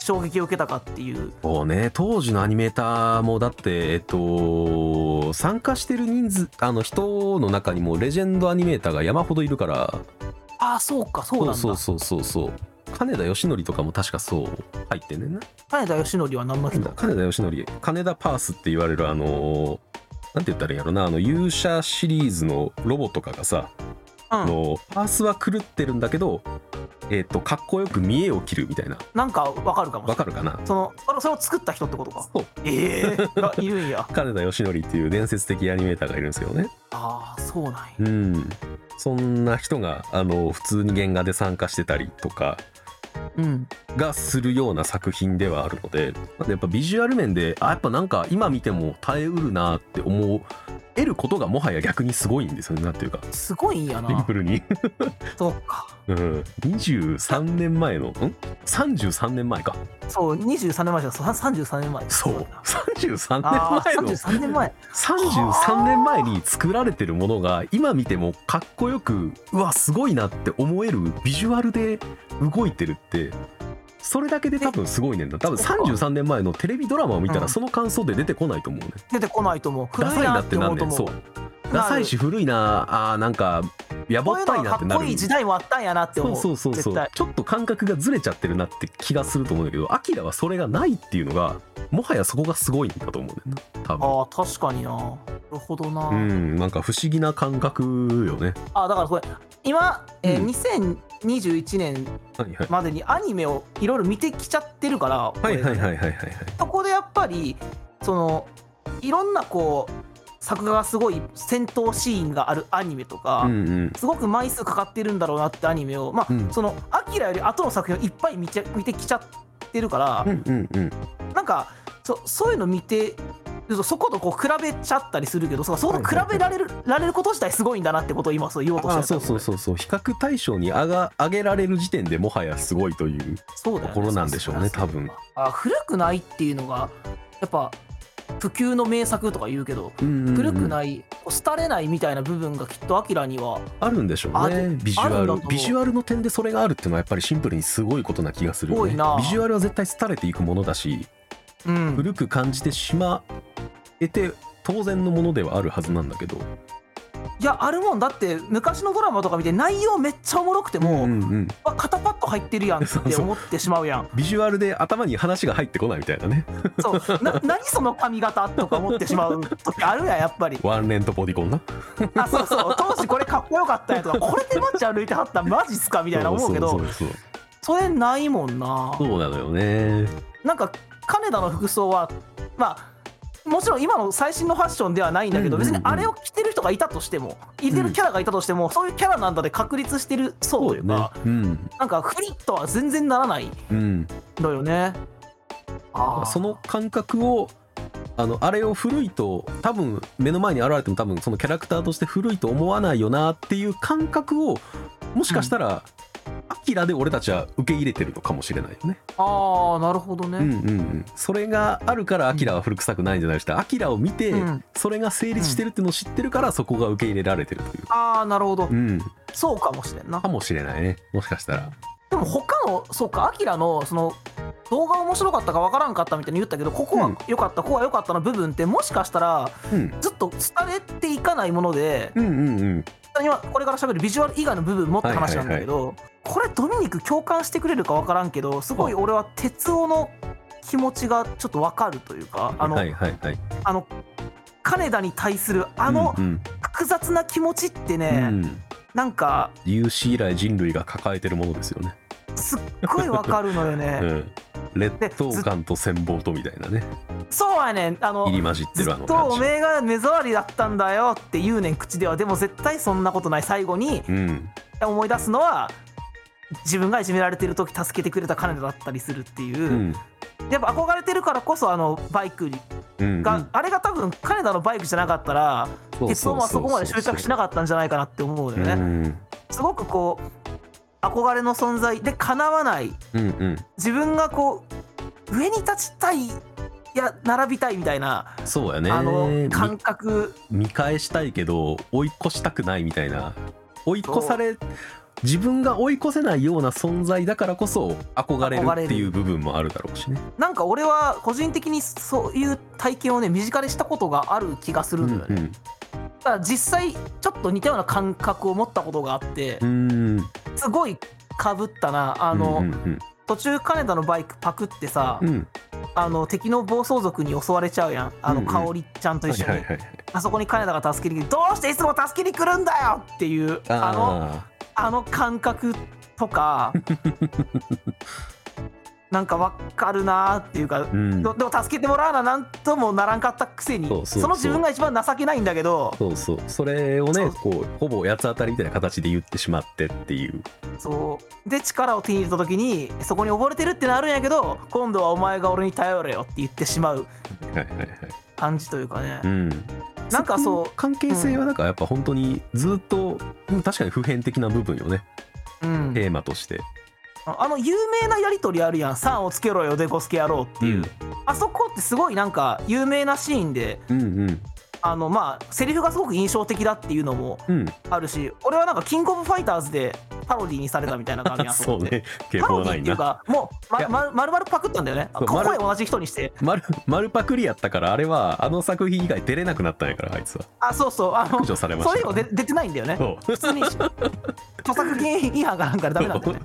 [SPEAKER 1] 衝撃を受けたかっていう、
[SPEAKER 2] そうね当時のアニメーターもだってえっと参加してる人数あの人の中にもレジェンドアニメーターが山ほどいるから
[SPEAKER 1] ああそうかそうなんだ
[SPEAKER 2] そうそうそうそう金田義則とかも確かそう入ってんねんな
[SPEAKER 1] 金田義則は何の人
[SPEAKER 2] 金田義則金田パースって言われるあのなんて言ったらいいんやろなあの勇者シリーズのロボとかがさ、
[SPEAKER 1] うん
[SPEAKER 2] あのパースは狂ってるんだけどえっとかっこよく見栄を切るみたいな
[SPEAKER 1] なんかわかるかもし
[SPEAKER 2] わ
[SPEAKER 1] れな
[SPEAKER 2] か
[SPEAKER 1] い
[SPEAKER 2] るかな
[SPEAKER 1] そのそれそれを作った人ってことか
[SPEAKER 2] そう
[SPEAKER 1] ええ *laughs* ー、がいるんや
[SPEAKER 2] 金田義則っていう伝説的アニメーターがいるんですけどね
[SPEAKER 1] ああそうなんや
[SPEAKER 2] うん、そんな人があの普通に原画で参加してたりとか
[SPEAKER 1] うん
[SPEAKER 2] がするような作品ではあるのでなんでやっぱビジュアル面であやっぱなんか今見ても耐えうるなって思えることがもはや逆にすごいんですよねなんていうか
[SPEAKER 1] すごいんや
[SPEAKER 2] シン
[SPEAKER 1] な
[SPEAKER 2] プルに、
[SPEAKER 1] そうか
[SPEAKER 2] うん、23年前のん33年前か
[SPEAKER 1] そう23年前じゃんそう33年前
[SPEAKER 2] そう
[SPEAKER 1] あ
[SPEAKER 2] 33
[SPEAKER 1] あ
[SPEAKER 2] 年前の
[SPEAKER 1] 33年前
[SPEAKER 2] 33年前に作られてるものが今見てもかっこよくうわすごいなって思えるビジュアルで動いてるってそれだけで多分すごいねんだ多分
[SPEAKER 1] そうか
[SPEAKER 2] 33年前のテレビドラマを見た
[SPEAKER 1] う
[SPEAKER 2] ら
[SPEAKER 1] ん
[SPEAKER 2] その感想で出てこないと思うね、
[SPEAKER 1] 出てこないと思う
[SPEAKER 2] *laughs* ダ
[SPEAKER 1] 古い
[SPEAKER 2] サいな
[SPEAKER 1] なっ
[SPEAKER 2] って
[SPEAKER 1] て
[SPEAKER 2] な
[SPEAKER 1] 思
[SPEAKER 2] ん
[SPEAKER 1] う
[SPEAKER 2] ね
[SPEAKER 1] と思
[SPEAKER 2] ん
[SPEAKER 1] う
[SPEAKER 2] そうダサいし古いなあーなんかや
[SPEAKER 1] こう
[SPEAKER 2] ぼ
[SPEAKER 1] い
[SPEAKER 2] っ
[SPEAKER 1] うの
[SPEAKER 2] たい
[SPEAKER 1] は
[SPEAKER 2] な
[SPEAKER 1] か
[SPEAKER 2] って
[SPEAKER 1] っ
[SPEAKER 2] な
[SPEAKER 1] こ
[SPEAKER 2] る
[SPEAKER 1] いい時代もあったんやなって
[SPEAKER 2] そ
[SPEAKER 1] 思
[SPEAKER 2] う
[SPEAKER 1] う
[SPEAKER 2] そうそうそ
[SPEAKER 1] 絶
[SPEAKER 2] う
[SPEAKER 1] 対
[SPEAKER 2] ちょっと感覚がずれちゃってるなって気がすると思うんだけどアキラはそれがないっていうのがもはやそこがすごいんだと思うねんな多分
[SPEAKER 1] ああ確かにななるほどな、
[SPEAKER 2] うんなんか不思議な感覚よね
[SPEAKER 1] あだからこれ今、えー
[SPEAKER 2] うん
[SPEAKER 1] 2021年
[SPEAKER 2] はいはい
[SPEAKER 1] までにアニメをいろいろ見てきちゃってるから、、
[SPEAKER 2] はいはいはいいはいはい
[SPEAKER 1] そこでやっぱりそのいろんなこう作画がすごい戦闘シーンがあるアニメとか、
[SPEAKER 2] はいうんうん
[SPEAKER 1] すごく枚数かかってるんだろうなってアニメをまあ、
[SPEAKER 2] うん
[SPEAKER 1] そのアキラより後の作品をいっぱい見ちゃ見てきちゃってるから
[SPEAKER 2] う、んうんうん
[SPEAKER 1] なんかそそういうの見てるとそことこう比べちゃったりするけどそうそこと比べられる,、られること自体すごいんだなってことを今そう言おうとして
[SPEAKER 2] あ
[SPEAKER 1] る
[SPEAKER 2] そうそうそうそう比較対象にあが上げられる時点でもはやすごいという
[SPEAKER 1] そうだよ
[SPEAKER 2] と
[SPEAKER 1] ね
[SPEAKER 2] ころなんでしょうね
[SPEAKER 1] そそ
[SPEAKER 2] 多分
[SPEAKER 1] あ古くないっていうのがやっぱ普及の名作とか言うけど古く
[SPEAKER 2] い
[SPEAKER 1] ない、こう廃れないみたいな部分がきっとアキラには
[SPEAKER 2] あるんでしょ
[SPEAKER 1] あ
[SPEAKER 2] う
[SPEAKER 1] る
[SPEAKER 2] ねビジ
[SPEAKER 1] あるんだと
[SPEAKER 2] ュア
[SPEAKER 1] 思
[SPEAKER 2] ル
[SPEAKER 1] う
[SPEAKER 2] ビジュアルの点でそれがあるっていうのはやっぱりシンプルにすごいことな気がするよね
[SPEAKER 1] 多いな
[SPEAKER 2] ビジュアルは絶対廃れていくものだし
[SPEAKER 1] うん
[SPEAKER 2] 古く感じてしまえて当然のものではあるはずなんだけど
[SPEAKER 1] いやあるもんだって昔のドラマとか見て内容めっちゃおもろくても、
[SPEAKER 2] うんうん
[SPEAKER 1] あ肩パッド入ってるやんっ
[SPEAKER 2] *laughs* そう
[SPEAKER 1] て
[SPEAKER 2] そう
[SPEAKER 1] 思ってしまうやん
[SPEAKER 2] ビジュアルで頭に話が入ってこないみたいなね
[SPEAKER 1] そうな何その髪型とか思ってしまう時あるやんやっぱり
[SPEAKER 2] ワンレンとボディコンな
[SPEAKER 1] あそうそう当時これかっこよかったやんとかこれで街歩いてはったんマジっすかみ
[SPEAKER 2] み
[SPEAKER 1] たいな思うけどそ
[SPEAKER 2] そうそうそう
[SPEAKER 1] れないもんな
[SPEAKER 2] そうなのよね
[SPEAKER 1] なんか金田の服装はまあもちろん今の最新のファッションではないんだけど、
[SPEAKER 2] うんうんうん
[SPEAKER 1] 別にあれを着てる人がいたとしてもいてるキャラがいたとしても、そういうキャラなんだで確立してるそうというか
[SPEAKER 2] うん
[SPEAKER 1] なんかフリッとは全然ならない
[SPEAKER 2] うん
[SPEAKER 1] のよねあー
[SPEAKER 2] その感覚をあのあれを古いと多分目の前に現れても多分そのキャラクターとして古いと思わないよなっていう感覚をもしかしたら、アキラで俺たちは受け入れてるのかもしれないよね。
[SPEAKER 1] あーなるほど
[SPEAKER 2] うん
[SPEAKER 1] ね、
[SPEAKER 2] うんうん、それがあるからアキラは古臭くないんじゃないしてアキラを見て、
[SPEAKER 1] うん
[SPEAKER 2] それが成立してるっていうのを知ってるからそこが受け入れられてるという、
[SPEAKER 1] ああなるほど、
[SPEAKER 2] うん、
[SPEAKER 1] そうかもしれんな
[SPEAKER 2] かもしれないねもしかしたら。
[SPEAKER 1] でも他のそうかアキラのその動画面白かったかわからんかったみたいに言ったけどここ
[SPEAKER 2] うん
[SPEAKER 1] は良かった、ここは良かったの部分ってもしかしたら
[SPEAKER 2] うん
[SPEAKER 1] ずっと伝えていかないもので
[SPEAKER 2] うんうんうん、
[SPEAKER 1] 今これから喋るビジュアル以外の部分もって話なんだけど、これドミニク共感してくれるかわからんけどすごい俺は哲夫の気持ちがちょっとわかるというかあの、
[SPEAKER 2] はいはいはい、
[SPEAKER 1] あの金田に対するあの
[SPEAKER 2] うん
[SPEAKER 1] 複雑な気持ちってね、
[SPEAKER 2] うんうん、
[SPEAKER 1] なんか
[SPEAKER 2] 有史以来人類が抱えてるものですよね。
[SPEAKER 1] すっごいわかるのよね。
[SPEAKER 2] *laughs* うん、劣等感と戦望とみたいなね
[SPEAKER 1] そうやねんあの
[SPEAKER 2] 入り混じっ
[SPEAKER 1] ず
[SPEAKER 2] てる
[SPEAKER 1] っ
[SPEAKER 2] あの
[SPEAKER 1] とお
[SPEAKER 2] 感じ
[SPEAKER 1] めえが目障りだったんだよって言うねん口ではでも絶対そんなことない最後に
[SPEAKER 2] うん
[SPEAKER 1] 思い出すのは自分がいじめられてる時助けてくれた彼女だったりするっていうう、
[SPEAKER 2] ん
[SPEAKER 1] やっぱ憧れてるからこそあのバイク
[SPEAKER 2] うん
[SPEAKER 1] が、あれが多分金田のバイクじゃなかったら
[SPEAKER 2] うん
[SPEAKER 1] 鉄道はそこまで執着しなかったんじゃないかなって思うのよね、
[SPEAKER 2] うん
[SPEAKER 1] すごくこう憧れの存在で叶わない
[SPEAKER 2] うんうん
[SPEAKER 1] 自分がこう上に立ちたいいや並びたいみたいな、
[SPEAKER 2] そうやね
[SPEAKER 1] あの
[SPEAKER 2] み
[SPEAKER 1] 感覚
[SPEAKER 2] 見返したいけど追い越したくないみたいな追い越され自分が追い越せないような存在だからこそ憧れるっていう部分もあるだろうしね。
[SPEAKER 1] なんか俺は個人的にそういう体験をね身近でしたことがある気がす
[SPEAKER 2] う
[SPEAKER 1] る
[SPEAKER 2] ん
[SPEAKER 1] のよね、
[SPEAKER 2] うん
[SPEAKER 1] ただ実際ちょっと似たような感覚を持ったことがあって
[SPEAKER 2] うん
[SPEAKER 1] すごいかぶったなあの、
[SPEAKER 2] うんうん
[SPEAKER 1] 途中金田のバイクパクってさ、
[SPEAKER 2] うんうん
[SPEAKER 1] あの敵の暴走族に襲われちゃうやんあ
[SPEAKER 2] う
[SPEAKER 1] の
[SPEAKER 2] んうん
[SPEAKER 1] 香織ちゃんと一緒に、
[SPEAKER 2] はいはいはい
[SPEAKER 1] あそこに金田が助けに来て「どうしていつも助けに来るんだよ!」っていうあの
[SPEAKER 2] あ
[SPEAKER 1] あの感覚と
[SPEAKER 2] *laughs*
[SPEAKER 1] かなんかわかのなーっていうか
[SPEAKER 2] ーうん
[SPEAKER 1] どでも助けてもらわななんともならんかったくせに
[SPEAKER 2] そ
[SPEAKER 1] そう
[SPEAKER 2] そうそう
[SPEAKER 1] の自分が一番情けないんだけど
[SPEAKER 2] そうそうそれを
[SPEAKER 1] そ
[SPEAKER 2] ね
[SPEAKER 1] う
[SPEAKER 2] こうほぼ八つ当たりみたいな形で言ってしまってっていう
[SPEAKER 1] そうで力を手に入れた時にそこに溺れてるってなるんやけど今度はお前が俺に頼れよって言ってしまう
[SPEAKER 2] はいはいはい
[SPEAKER 1] 感じというかね、
[SPEAKER 2] うん、
[SPEAKER 1] なんかそう
[SPEAKER 2] この関係性はなんかやっぱ本当にずっと、うん確かに普遍的な部分よね
[SPEAKER 1] うん
[SPEAKER 2] テーマとして、
[SPEAKER 1] あの有名なやり取りあるやん「3をつけろよでこすけ野郎」っていう、
[SPEAKER 2] うん
[SPEAKER 1] あそこってすごいなんか有名なシーンで
[SPEAKER 2] うん、うん
[SPEAKER 1] あのまあセリフがすごく印象的だっていうのも
[SPEAKER 2] うん
[SPEAKER 1] あるし俺はなんかキングオブファイターズでパロディにされたみたいな感じなんですよ
[SPEAKER 2] *laughs* そう
[SPEAKER 1] *laughs*
[SPEAKER 2] ね傾
[SPEAKER 1] パ
[SPEAKER 2] 向
[SPEAKER 1] ロ
[SPEAKER 2] は
[SPEAKER 1] デ
[SPEAKER 2] な
[SPEAKER 1] ィ
[SPEAKER 2] い
[SPEAKER 1] っていう
[SPEAKER 2] な
[SPEAKER 1] かもうま
[SPEAKER 2] いや
[SPEAKER 1] ままるまるパクったんだよね
[SPEAKER 2] そう
[SPEAKER 1] 声
[SPEAKER 2] 丸
[SPEAKER 1] 同じ人にして
[SPEAKER 2] 丸丸パクリやったからあれはあの作品以外出れなくなったんやからあいつは
[SPEAKER 1] あそうそうあ
[SPEAKER 2] *laughs*
[SPEAKER 1] の
[SPEAKER 2] 除されました
[SPEAKER 1] それ以降で出てないんだよね
[SPEAKER 2] そう
[SPEAKER 1] 普通に著作権違反がなんかでダメなんだよね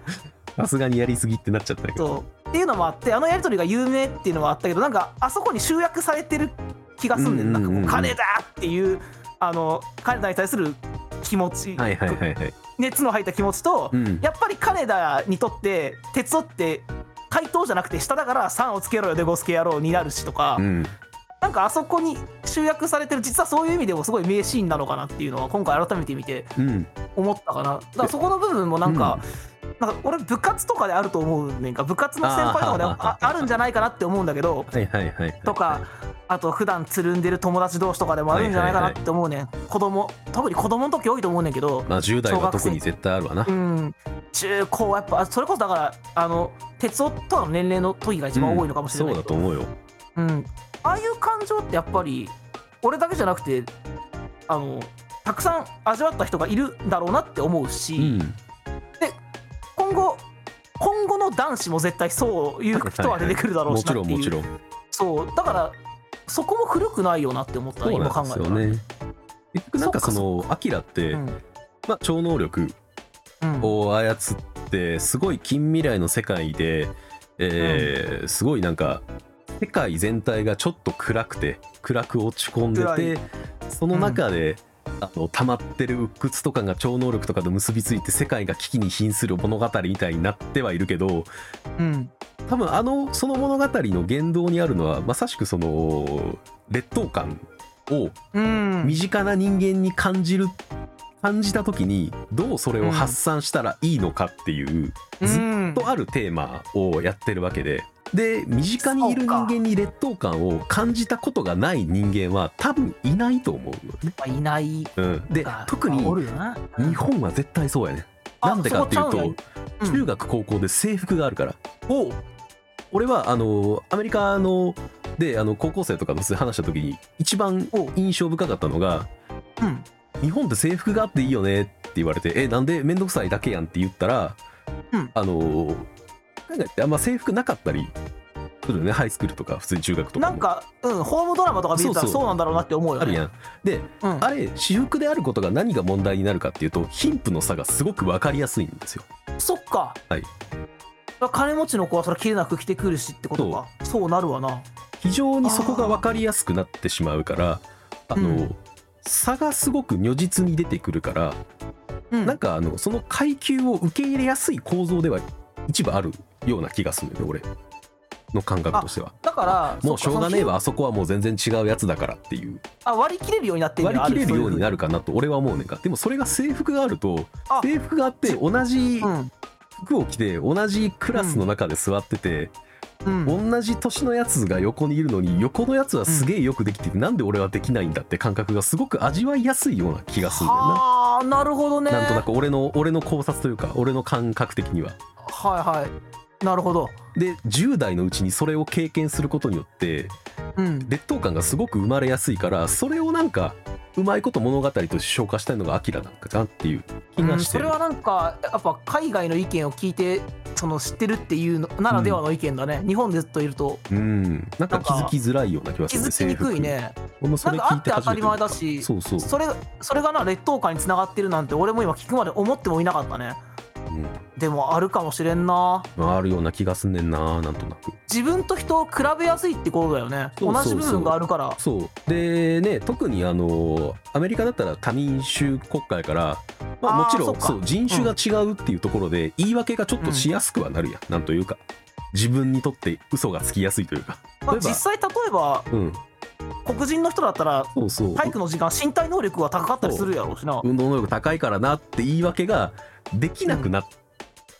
[SPEAKER 2] さすがにやりすぎってなっちゃったんやけど
[SPEAKER 1] そうっていうのもあってあのやり取りが有名っていうのはあったけどなんかあそこに集約されてる気がすんねん,、
[SPEAKER 2] うんうんうんう
[SPEAKER 1] な
[SPEAKER 2] ん
[SPEAKER 1] んかこう金だっていうあの金田に対する気持ち、
[SPEAKER 2] はいはいはいはい
[SPEAKER 1] 熱の入った気持ちと、
[SPEAKER 2] うん
[SPEAKER 1] やっぱり金田にとって鉄夫って対等じゃなくて下だから3をつけろよでゴスケ野郎になるしとか、
[SPEAKER 2] うん
[SPEAKER 1] なんかあそこに集約されてる実はそういう意味でもすごい名シーンなのかなっていうのは今回改めて見て
[SPEAKER 2] うん
[SPEAKER 1] 思ったかなだからそこの部分もなんか、なんか俺部活とかであると思うねんか部活の先輩とかで
[SPEAKER 2] あー
[SPEAKER 1] ああるんじゃないかなって思うんだけど
[SPEAKER 2] はいはいはいはい
[SPEAKER 1] とかあと普段つるんでる友達同士とかでもあるんじゃないかなって思うねん、子供特に子供の時多いと思うねんけど
[SPEAKER 2] まあ10代は特に絶対あるわな
[SPEAKER 1] うん中高はやっぱそれこそだからあの鉄夫との年齢の時が一番多いのかもしれない
[SPEAKER 2] うん
[SPEAKER 1] け
[SPEAKER 2] そうだと
[SPEAKER 1] ど、
[SPEAKER 2] 思うよ
[SPEAKER 1] うんああいう感情ってやっぱり俺だけじゃなくてあのたくさん味わった人がいるんだろうなって思うし、
[SPEAKER 2] うん
[SPEAKER 1] 今後今後の男子も絶対そういう人は出てくるだろう
[SPEAKER 2] も
[SPEAKER 1] し
[SPEAKER 2] ち
[SPEAKER 1] な
[SPEAKER 2] ろ
[SPEAKER 1] っ
[SPEAKER 2] ん
[SPEAKER 1] ていう
[SPEAKER 2] もちろん
[SPEAKER 1] そうだからそこも古くないよなって思った
[SPEAKER 2] そう
[SPEAKER 1] 今
[SPEAKER 2] な
[SPEAKER 1] 考
[SPEAKER 2] んです
[SPEAKER 1] え
[SPEAKER 2] よ
[SPEAKER 1] たら、
[SPEAKER 2] ね結局なんかそのアキラって、
[SPEAKER 1] うん
[SPEAKER 2] まあ、超能力
[SPEAKER 1] うん
[SPEAKER 2] を操ってすごい近未来の世界で、えーすごいなんか世界全体がちょっと暗くて暗く落ち込んでてその中で、あの溜まってる鬱屈とかが超能力とかと結びついて世界が危機に瀕する物語みたいになってはいるけど
[SPEAKER 1] うん
[SPEAKER 2] 多分あのその物語の言動にあるのはまさしくその劣等感を
[SPEAKER 1] うん
[SPEAKER 2] 身近な人間に感じる感じた時にどうそれを発散したらいいのかっていう、ず
[SPEAKER 1] うん
[SPEAKER 2] とあるテーマをやってるわけで。で身近にいる人間に劣等感を感じたことがない人間は多分いないと思うよね。
[SPEAKER 1] いない
[SPEAKER 2] うん、で
[SPEAKER 1] か
[SPEAKER 2] 特に
[SPEAKER 1] あおるよな
[SPEAKER 2] 日本は絶対そうやね。
[SPEAKER 1] あ
[SPEAKER 2] なんでかっていう
[SPEAKER 1] そ
[SPEAKER 2] と
[SPEAKER 1] うちゃうよ
[SPEAKER 2] 中学高校で制服があるから。
[SPEAKER 1] おう
[SPEAKER 2] 俺はあのアメリカのであの高校生とかと話した時に一番
[SPEAKER 1] おう
[SPEAKER 2] 印象深かったのが
[SPEAKER 1] うん
[SPEAKER 2] 日本って制服があっていいよねって言われて「えなんで面倒くさいだけやん」って言ったら、
[SPEAKER 1] うん
[SPEAKER 2] あのー海外ってあんま制服なかったりするよねハイスクールとか普通に中学とか
[SPEAKER 1] な
[SPEAKER 2] も
[SPEAKER 1] んか、うん、ホームドラマとか見てた
[SPEAKER 2] そ
[SPEAKER 1] ら
[SPEAKER 2] うそう
[SPEAKER 1] そうなんだろうなって思うよ
[SPEAKER 2] ある
[SPEAKER 1] ね。
[SPEAKER 2] やんで
[SPEAKER 1] うん、
[SPEAKER 2] あれ私服であることが何が問題になるかっていうと貧富の差がすごく分かりやすいんですよ
[SPEAKER 1] そっか。
[SPEAKER 2] はい
[SPEAKER 1] 金持ちの子はそれ切れなく着てくるしってことか。そうなるわな。
[SPEAKER 2] 非常にそこが分かりやすくなってしまうからあのー、
[SPEAKER 1] う
[SPEAKER 2] 差がすごく如実に出てくるから、
[SPEAKER 1] うん、
[SPEAKER 2] なんかあのその階級を受け入れやすい構造では一部あるような気がするんだよね俺の感覚としては。
[SPEAKER 1] だから、
[SPEAKER 2] もうし
[SPEAKER 1] そっ
[SPEAKER 2] ょう
[SPEAKER 1] か
[SPEAKER 2] がねえ。わあそこはもう全然違うやつだからっていう
[SPEAKER 1] そのあ割り切れるようになってんだ
[SPEAKER 2] 割り切れるようにな
[SPEAKER 1] る。
[SPEAKER 2] るかなと俺は思うねんかでもそれが制服があると
[SPEAKER 1] あ
[SPEAKER 2] 制服があって同じ
[SPEAKER 1] そういう
[SPEAKER 2] 服を着て同じクラスの中で座ってて、
[SPEAKER 1] うん。うん、
[SPEAKER 2] 同じ年のやつが横にいるのに横のやつはすげえよくできてて、なんで俺はできないんだって感覚がすごく味わいやすいような気がするんだよな。
[SPEAKER 1] はあ、なるほどね。
[SPEAKER 2] なんとなく俺の俺の考察というか俺の感覚的には
[SPEAKER 1] はいはい。なるほど。
[SPEAKER 2] で10代のうちにそれを経験することによって
[SPEAKER 1] うん。
[SPEAKER 2] 劣等感がすごく生まれやすいからそれをなんかうまいこと物語として消化したいのがアキラなんかじゃんっていう気
[SPEAKER 1] う
[SPEAKER 2] が
[SPEAKER 1] ん、
[SPEAKER 2] して
[SPEAKER 1] そ
[SPEAKER 2] る、
[SPEAKER 1] れはなんかやっぱ海外の意見を聞いてその知ってるっていうのならではの意見だね、日本でずっといると
[SPEAKER 2] うんなんか気づきづらいような気がす
[SPEAKER 1] 気
[SPEAKER 2] る
[SPEAKER 1] づきにくいね
[SPEAKER 2] 俺もそ
[SPEAKER 1] なん
[SPEAKER 2] れ
[SPEAKER 1] かあ
[SPEAKER 2] 聞い
[SPEAKER 1] って
[SPEAKER 2] て
[SPEAKER 1] 当
[SPEAKER 2] 初
[SPEAKER 1] た
[SPEAKER 2] めて
[SPEAKER 1] り前だし
[SPEAKER 2] そうそう、
[SPEAKER 1] それそれがな劣等感につながってるなんて俺も今聞くまで思ってもいなかったね
[SPEAKER 2] うん
[SPEAKER 1] でもあるかもしれんな
[SPEAKER 2] まあ、あるような気がすんねんななんとなく
[SPEAKER 1] 自分と人を比べやすいってことだよね
[SPEAKER 2] そうそうそう
[SPEAKER 1] 同じ部分があるから
[SPEAKER 2] そうでね特にあのアメリカだったら多民主国家やからまあ
[SPEAKER 1] あ
[SPEAKER 2] も
[SPEAKER 1] ー
[SPEAKER 2] ちろ
[SPEAKER 1] そ
[SPEAKER 2] ん
[SPEAKER 1] っか
[SPEAKER 2] そう人種が違うっていうところで、言い訳がちょっとしやすくはなるやん、なんというか自分にとって嘘がつきやすいというか
[SPEAKER 1] まあ、
[SPEAKER 2] 例えば
[SPEAKER 1] 実際例えば
[SPEAKER 2] うん
[SPEAKER 1] 黒人の人だったら
[SPEAKER 2] そうそう
[SPEAKER 1] 体育の時間身体能力が高かったりするやろうしな
[SPEAKER 2] 運動能力高いからなって言い訳ができなくな、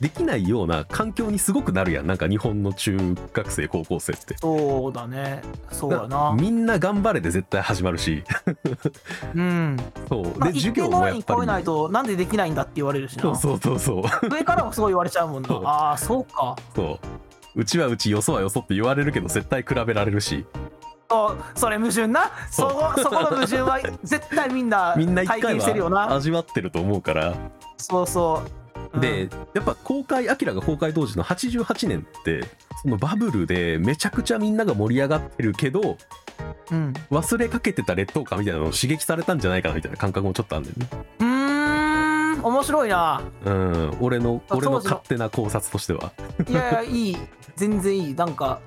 [SPEAKER 2] できないような環境にすごくなるやんなんか日本の中学生高校生って
[SPEAKER 1] そうだねそうだな
[SPEAKER 2] みんな頑張れで絶対始まるし *laughs*
[SPEAKER 1] うん
[SPEAKER 2] そうで、
[SPEAKER 1] まあ一
[SPEAKER 2] 授
[SPEAKER 1] 定
[SPEAKER 2] 業
[SPEAKER 1] の
[SPEAKER 2] も
[SPEAKER 1] ラ
[SPEAKER 2] や
[SPEAKER 1] イン
[SPEAKER 2] っ
[SPEAKER 1] 超えな
[SPEAKER 2] ぱ
[SPEAKER 1] い
[SPEAKER 2] り
[SPEAKER 1] となんでできないんだって言われるしな
[SPEAKER 2] そうそうそうそう
[SPEAKER 1] 上からもすごい言われちゃうもんな
[SPEAKER 2] そう
[SPEAKER 1] ああそうか
[SPEAKER 2] そううちはうちよそはよそって言われるけど絶対比べられるし
[SPEAKER 1] そうそれ矛盾なそこそこの矛盾は絶対みんな
[SPEAKER 2] みんな一
[SPEAKER 1] 体
[SPEAKER 2] 回
[SPEAKER 1] 験してるよ
[SPEAKER 2] は
[SPEAKER 1] な
[SPEAKER 2] 味わってると思うから
[SPEAKER 1] そうそう
[SPEAKER 2] で、やっぱ公開アキラが公開当時の88年ってそのバブルでめちゃくちゃみんなが盛り上がってるけど
[SPEAKER 1] うん
[SPEAKER 2] 忘れかけてた劣等感みたいなのを刺激されたんじゃないかなみたいな感覚もちょっとあるんだよね。
[SPEAKER 1] うーん面白いな
[SPEAKER 2] うん、俺の
[SPEAKER 1] あ
[SPEAKER 2] 俺の
[SPEAKER 1] 当時の
[SPEAKER 2] 勝手な考察としては。
[SPEAKER 1] いやいやいい全然いいなんか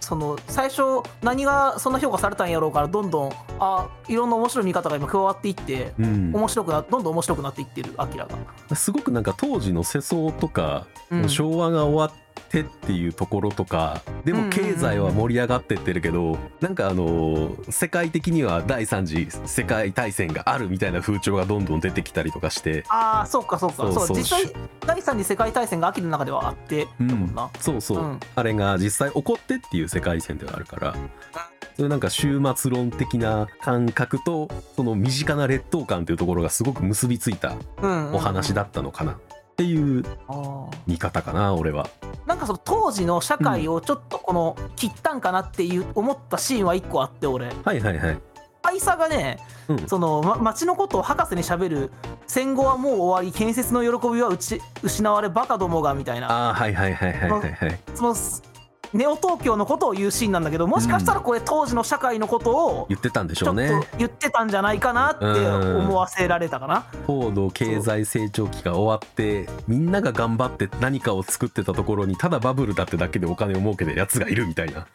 [SPEAKER 1] その最初何がそんな評価されたんやろうからどんどんあいろんな面白い見方が今加わっていって
[SPEAKER 2] うん、
[SPEAKER 1] 面白くなどんどん面白くなっていってるアキラが、
[SPEAKER 2] すごくなんか当時の世相とか、
[SPEAKER 1] うん、
[SPEAKER 2] 昭和が終わってっていうところとかで
[SPEAKER 1] うんう
[SPEAKER 2] も
[SPEAKER 1] ん
[SPEAKER 2] 経済は盛り上がってってるけど、なんかあのー世界的には第3次世界大戦があるみたいな風潮がどんどん出てきたりとかして。
[SPEAKER 1] ああそうかそうか
[SPEAKER 2] そ
[SPEAKER 1] そうう
[SPEAKER 2] そう
[SPEAKER 1] 実際第三次世界大戦がアキラの中ではあって
[SPEAKER 2] う
[SPEAKER 1] だもん
[SPEAKER 2] ん
[SPEAKER 1] な、
[SPEAKER 2] そうそう、
[SPEAKER 1] うん
[SPEAKER 2] あれが実際起こってっていう世界線ではあるからそういうなんか終末論的な感覚とその身近な劣等感というところがすごく結びついた
[SPEAKER 1] うんうんうん
[SPEAKER 2] お話だったのかなっていう
[SPEAKER 1] あー
[SPEAKER 2] 見方かな俺は。
[SPEAKER 1] なんかその当時の社会をちょっとこの切ったんかなっていう思ったシーンは一個あって俺
[SPEAKER 2] はいはいはい。
[SPEAKER 1] 愛さがね
[SPEAKER 2] うん、
[SPEAKER 1] その、ま、町のことを博士に喋る戦後はもう終わり建設の喜びはうち失われバカどもがみたいな
[SPEAKER 2] ああはいはいはいはいはいはい。
[SPEAKER 1] そのすネオ東京のことを言うシーンなんだけどもしかしたらこれ当時の社会のことを
[SPEAKER 2] 言ってたんでし
[SPEAKER 1] ち
[SPEAKER 2] ょ
[SPEAKER 1] ょ
[SPEAKER 2] う
[SPEAKER 1] っ
[SPEAKER 2] ね。
[SPEAKER 1] と言ってたんじゃないかなって思わせられたかな。
[SPEAKER 2] 高度経済成長期が終わってみんなが頑張って何かを作ってたところにただバブルだってだけでお金を儲けてるやつがいるみた
[SPEAKER 1] *laughs*
[SPEAKER 2] いな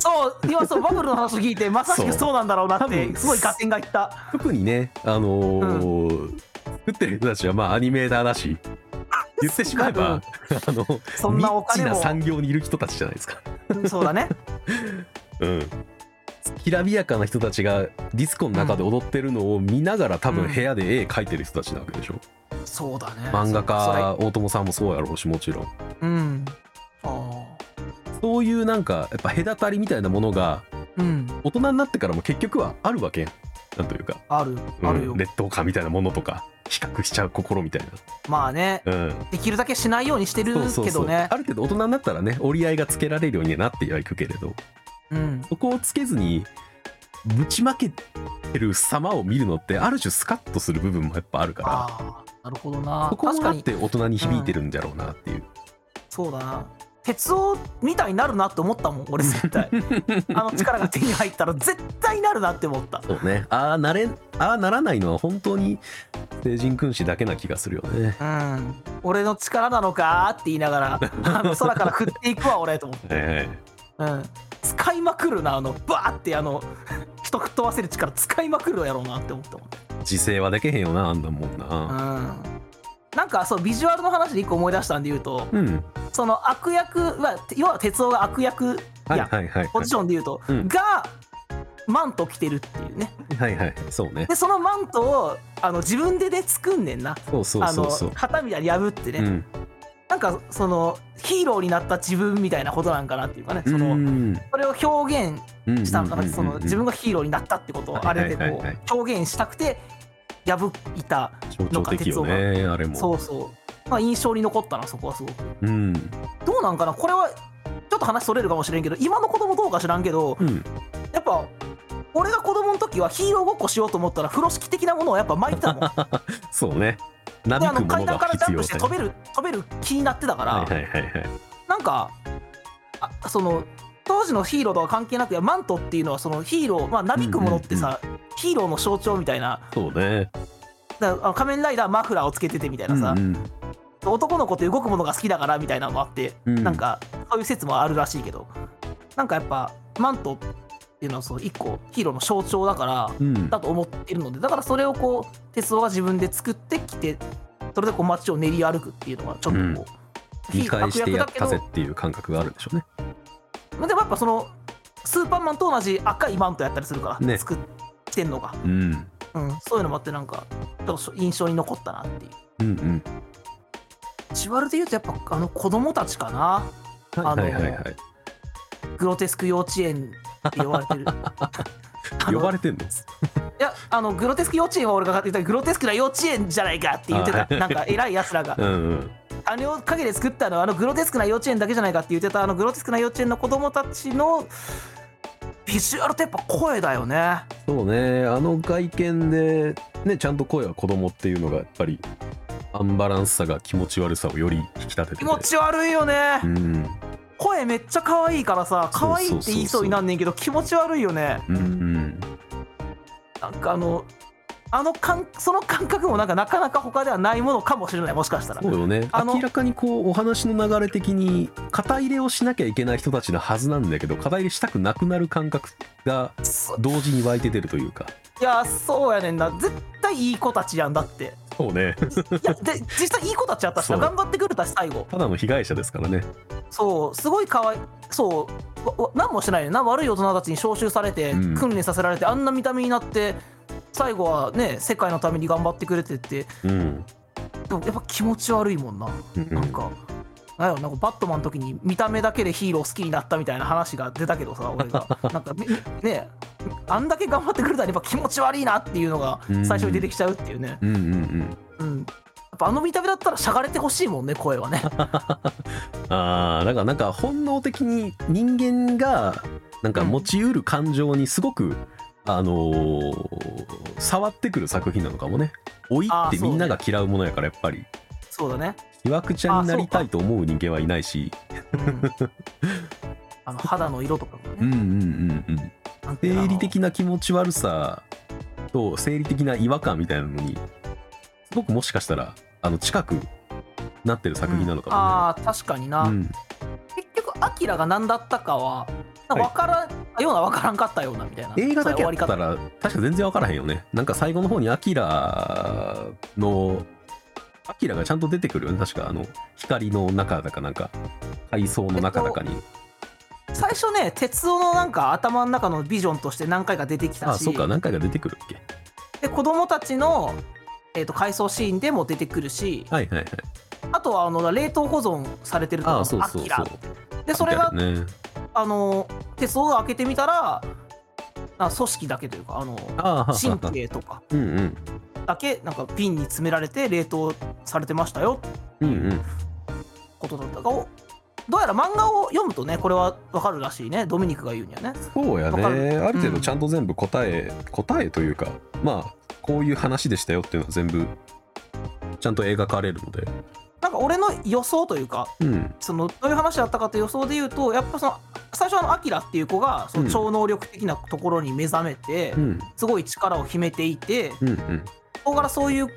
[SPEAKER 1] そう今そうバブルの話を聞いてまさしく
[SPEAKER 2] そう
[SPEAKER 1] そうなんだろうなっ
[SPEAKER 2] 多分
[SPEAKER 1] てすごい合点がいった。
[SPEAKER 2] 特にねあのー作ってる人たちはまあアニメーターだし言ってしまえばあの
[SPEAKER 1] そんなお金も
[SPEAKER 2] ニッチな産業にいる人たちじゃないですか。
[SPEAKER 1] うんそうだね。
[SPEAKER 2] うんきらびやかな人たちがディスコの中で踊ってるのを見ながら多分部屋で絵描いてる人たちなわけでしょ、
[SPEAKER 1] そうだね。
[SPEAKER 2] 漫画
[SPEAKER 1] それ
[SPEAKER 2] 家大友さんもそうやろうしもちろん
[SPEAKER 1] うん。ああ。
[SPEAKER 2] そういうなんかやっぱ隔たりみたいなものが
[SPEAKER 1] うん。
[SPEAKER 2] 大人になってからも結局はあるわけやんなんというか、
[SPEAKER 1] ある。
[SPEAKER 2] うん
[SPEAKER 1] あるよ。
[SPEAKER 2] 劣等感みたいなものとか比較しちゃう心みたい
[SPEAKER 1] まあね、
[SPEAKER 2] な、うん、
[SPEAKER 1] できるだけしないようにしてるけどね。
[SPEAKER 2] そうそうそうある程度大人になったらね折り合いがつけられるようにはなってはいくけれど
[SPEAKER 1] うん。
[SPEAKER 2] そこをつけずにぶちまけてる様を見るのってある種スカッとする部分もやっぱあるから
[SPEAKER 1] ああ、なるほどな。
[SPEAKER 2] そこ
[SPEAKER 1] 確
[SPEAKER 2] も
[SPEAKER 1] か
[SPEAKER 2] あっ
[SPEAKER 1] に、
[SPEAKER 2] て大人に響いてるんだろうなっていう、
[SPEAKER 1] そうだな。鉄夫みたいになるなって思ったもん、俺絶
[SPEAKER 2] *laughs*
[SPEAKER 1] 対。あの力が手に入ったら絶対なるなって思った。
[SPEAKER 2] そうねああなれああならないのは本当に成人君子だけな気がするよね
[SPEAKER 1] うん、俺の力なのかって言いながらあの空から振っていくわ俺と思って、
[SPEAKER 2] え
[SPEAKER 1] うん、使いまくるなあのバーってあの *laughs* 人吹っ飛ばせる力使いまくるやろうなって思ったもん
[SPEAKER 2] え自制はできへんよなあんなもんな
[SPEAKER 1] うんなんかそうビジュアルの話で一個思い出したんで言うと
[SPEAKER 2] うん
[SPEAKER 1] その悪役、まあ、要は哲夫が悪役
[SPEAKER 2] はい
[SPEAKER 1] や
[SPEAKER 2] はいはい
[SPEAKER 1] ポジションで言うと、
[SPEAKER 2] うん
[SPEAKER 1] がマント着てるっていうね
[SPEAKER 2] はいはいそうね
[SPEAKER 1] でそのマントをあの自分でで作んねんな
[SPEAKER 2] そうそうそう
[SPEAKER 1] あ
[SPEAKER 2] そう
[SPEAKER 1] の旗みたいに破ってね、
[SPEAKER 2] うん
[SPEAKER 1] なんかそのヒーローになった自分みたいなことなんかなっていうかねその、それを表現
[SPEAKER 2] の
[SPEAKER 1] したのかな、その自分がヒーローになったってことをあれで
[SPEAKER 2] はいはい
[SPEAKER 1] こ
[SPEAKER 2] はいはいう
[SPEAKER 1] 表現したくて破いた
[SPEAKER 2] 象徴的よねあれも
[SPEAKER 1] そうそう、まあ、印象に残ったなそこはすごく
[SPEAKER 2] うん
[SPEAKER 1] どうなんかなこれはちょっと話それるかもしれんけど今の子供どうか知らんけど
[SPEAKER 2] うん
[SPEAKER 1] やっぱ俺が子供の時はヒーローごっこしようと思ったら風呂敷的なものをやっぱ巻いてた
[SPEAKER 2] *laughs*
[SPEAKER 1] もんで
[SPEAKER 2] そうねなび
[SPEAKER 1] あ
[SPEAKER 2] く
[SPEAKER 1] の
[SPEAKER 2] も
[SPEAKER 1] 階
[SPEAKER 2] の
[SPEAKER 1] 段か
[SPEAKER 2] が
[SPEAKER 1] らジャ
[SPEAKER 2] 必
[SPEAKER 1] ン
[SPEAKER 2] 要
[SPEAKER 1] プして
[SPEAKER 2] だ
[SPEAKER 1] 飛
[SPEAKER 2] よ
[SPEAKER 1] べる飛べる気になってたから、
[SPEAKER 2] はいはいはいはい
[SPEAKER 1] なんかあその当時のヒーローとは関係なくいやマントっていうのはそのヒーローまあなびくものってさ、ヒーローの象徴みたいな
[SPEAKER 2] そうね
[SPEAKER 1] だからあの仮面ライダーマフラーをつけててみたいなさ、
[SPEAKER 2] うん
[SPEAKER 1] 男の子って動くものが好きだからみたいなのもあって、
[SPEAKER 2] うん
[SPEAKER 1] なんかそういう説もあるらしいけどなんかやっぱマントっていうのはその一個ヒーローの象徴だから
[SPEAKER 2] うんうん
[SPEAKER 1] だと思ってるのでだからそれをこう鉄道が自分で作ってきてそれでこう街を練り歩くっていうのはちょっと
[SPEAKER 2] うん
[SPEAKER 1] こう、
[SPEAKER 2] 見
[SPEAKER 1] 非
[SPEAKER 2] 返して
[SPEAKER 1] 悪役
[SPEAKER 2] や
[SPEAKER 1] だ
[SPEAKER 2] っ
[SPEAKER 1] け
[SPEAKER 2] た
[SPEAKER 1] ど
[SPEAKER 2] ぜっていう感覚があるんでしょうね
[SPEAKER 1] まあでもやっぱそのスーパーマンと同じ赤いマントやったりするから、
[SPEAKER 2] ね
[SPEAKER 1] 作ってんのが、
[SPEAKER 2] うん
[SPEAKER 1] うん、そういうのもあってなんかちょっと印象に残ったなっていう。
[SPEAKER 2] うん
[SPEAKER 1] シュワルで言うとやっぱあの子供たちかな
[SPEAKER 2] うんはいはいはいはい
[SPEAKER 1] グロテスク幼稚園って呼ばれて
[SPEAKER 2] *laughs*
[SPEAKER 1] るあ
[SPEAKER 2] 呼
[SPEAKER 1] の
[SPEAKER 2] ばれてんの
[SPEAKER 1] いやあのグロテスク幼稚園は俺が言ったグロテスクな幼稚園じゃないかって言って
[SPEAKER 2] あ
[SPEAKER 1] た
[SPEAKER 2] はい
[SPEAKER 1] なんか偉いやつらが
[SPEAKER 2] うんうん
[SPEAKER 1] あれを陰で作ったのはあのグロテスクな幼稚園だけじゃないかって言ってたあのグロテスクな幼稚園の子供たちのビジュアルってやっぱ声だよね
[SPEAKER 2] そうねあの外見でねちゃんと声は子供っていうのがやっぱりアンバランスさが気持ち悪さをより引き立てて
[SPEAKER 1] 気持ち悪いよね、
[SPEAKER 2] うん
[SPEAKER 1] 声めっちゃ可愛いからさ可愛いって言いそうになんねんけど気持ち悪いよね
[SPEAKER 2] うんうん
[SPEAKER 1] なんかあのあの感その感覚もなんかなかなか他ではないものかもしれないもしかしたら
[SPEAKER 2] そうよね
[SPEAKER 1] あの
[SPEAKER 2] 明らかにこうお話の流れ的に肩入れをしなきゃいけない人たちのはずなんだけど肩入れしたくなくなる感覚が
[SPEAKER 1] そ
[SPEAKER 2] 同時に湧いて出るというか
[SPEAKER 1] いやそうやねんな絶対いい子たちやんだって
[SPEAKER 2] そうね
[SPEAKER 1] いやで実際いい子たちやったしな
[SPEAKER 2] そう
[SPEAKER 1] 頑張ってくれたし最後
[SPEAKER 2] *laughs* ただの被害者ですからね
[SPEAKER 1] そうすごい可愛いそうわわ何もしてないねんな悪い大人たちに招集されて、
[SPEAKER 2] うん
[SPEAKER 1] 訓練させられてあんな見た目になって最後はね世界のために頑張ってくれてって
[SPEAKER 2] うん、
[SPEAKER 1] でもやっぱ気持ち悪いもんな
[SPEAKER 2] うんうん
[SPEAKER 1] なんか、なんやろなんかバットマンの時に見た目だけでヒーロー好きになったみたいな話が出たけどさ、俺
[SPEAKER 2] *laughs*
[SPEAKER 1] が。なんかみ、ねえあんだけ頑張ってくれたらやっぱ気持ち悪いなっていうのが
[SPEAKER 2] うん
[SPEAKER 1] 最初に出てきちゃうっていうね。
[SPEAKER 2] うんうんうん
[SPEAKER 1] うん。やっぱあの見た目だったらしゃがれてほしいもんね、声
[SPEAKER 2] *laughs*
[SPEAKER 1] はね。
[SPEAKER 2] あーだからなんか本能的に人間がなんか持ちうる感情にすごく、あのー触ってくる作品なのかもね老い
[SPEAKER 1] あ
[SPEAKER 2] っ
[SPEAKER 1] ー
[SPEAKER 2] て
[SPEAKER 1] そうね
[SPEAKER 2] みんなが嫌うものやからやっぱり
[SPEAKER 1] そうだね。
[SPEAKER 2] いわくちゃんになりたいと思う人間はいないし *laughs*
[SPEAKER 1] うん。あの肌の色とかも
[SPEAKER 2] うん
[SPEAKER 1] ね。
[SPEAKER 2] うんうんうん
[SPEAKER 1] なんていうの
[SPEAKER 2] 生理的な気持ち悪さと生理的な違和感みたいなのにすごくもしかしたらあの近くなってる作品なのか
[SPEAKER 1] ああ、確かにな。
[SPEAKER 2] もね、うん
[SPEAKER 1] 結局、アキラが何だったかは、
[SPEAKER 2] はい
[SPEAKER 1] わからん、ようなわからんかったようなみたいな。
[SPEAKER 2] 映画だ
[SPEAKER 1] 終
[SPEAKER 2] けや
[SPEAKER 1] わ
[SPEAKER 2] っ
[SPEAKER 1] り
[SPEAKER 2] た
[SPEAKER 1] 方
[SPEAKER 2] ら確か全然分からへんよねなんか最後の方にアキラのアキラがちゃんと出てくるよね確かあの光の中だかなんか海藻の中だかに、
[SPEAKER 1] 最初ね哲夫のなんか頭の中のビジョンとして何回か出てき
[SPEAKER 2] あ
[SPEAKER 1] た
[SPEAKER 2] あ
[SPEAKER 1] し
[SPEAKER 2] そうか何回か出てくるっけ
[SPEAKER 1] で子供たちの、えー、と回想シーンでも出てくるし
[SPEAKER 2] はいはいはい
[SPEAKER 1] あとはあの冷凍保存されてると
[SPEAKER 2] ああ
[SPEAKER 1] こ
[SPEAKER 2] そう
[SPEAKER 1] ろ
[SPEAKER 2] そうそう
[SPEAKER 1] でそれが、
[SPEAKER 2] みたいなね
[SPEAKER 1] あの哲夫が開けてみたらあ組織だけというかあ
[SPEAKER 2] *laughs*
[SPEAKER 1] の
[SPEAKER 2] ああはあはあ
[SPEAKER 1] 神経とか
[SPEAKER 2] うんうん
[SPEAKER 1] だけなんか瓶に詰められて冷凍されてましたよって
[SPEAKER 2] うんうん
[SPEAKER 1] ことだったがおどうやら漫画を読むとねこれはわかるらしいねドミニクが言うにはね
[SPEAKER 2] そうや
[SPEAKER 1] わかる
[SPEAKER 2] ねある程
[SPEAKER 1] う
[SPEAKER 2] 度
[SPEAKER 1] ん
[SPEAKER 2] ちゃんと全部答え、答えというかまあこういう話でしたよっていうのは全部ちゃんと描かれるので
[SPEAKER 1] なんか俺の予想というか
[SPEAKER 2] うん
[SPEAKER 1] そのどういう話だったかという予想で言うとやっぱその最初はあのアキラっていう子がその
[SPEAKER 2] うん
[SPEAKER 1] 超能力的なところに目覚めて、
[SPEAKER 2] うん
[SPEAKER 1] すごい力を秘めていて
[SPEAKER 2] うんうん
[SPEAKER 1] そこからそういう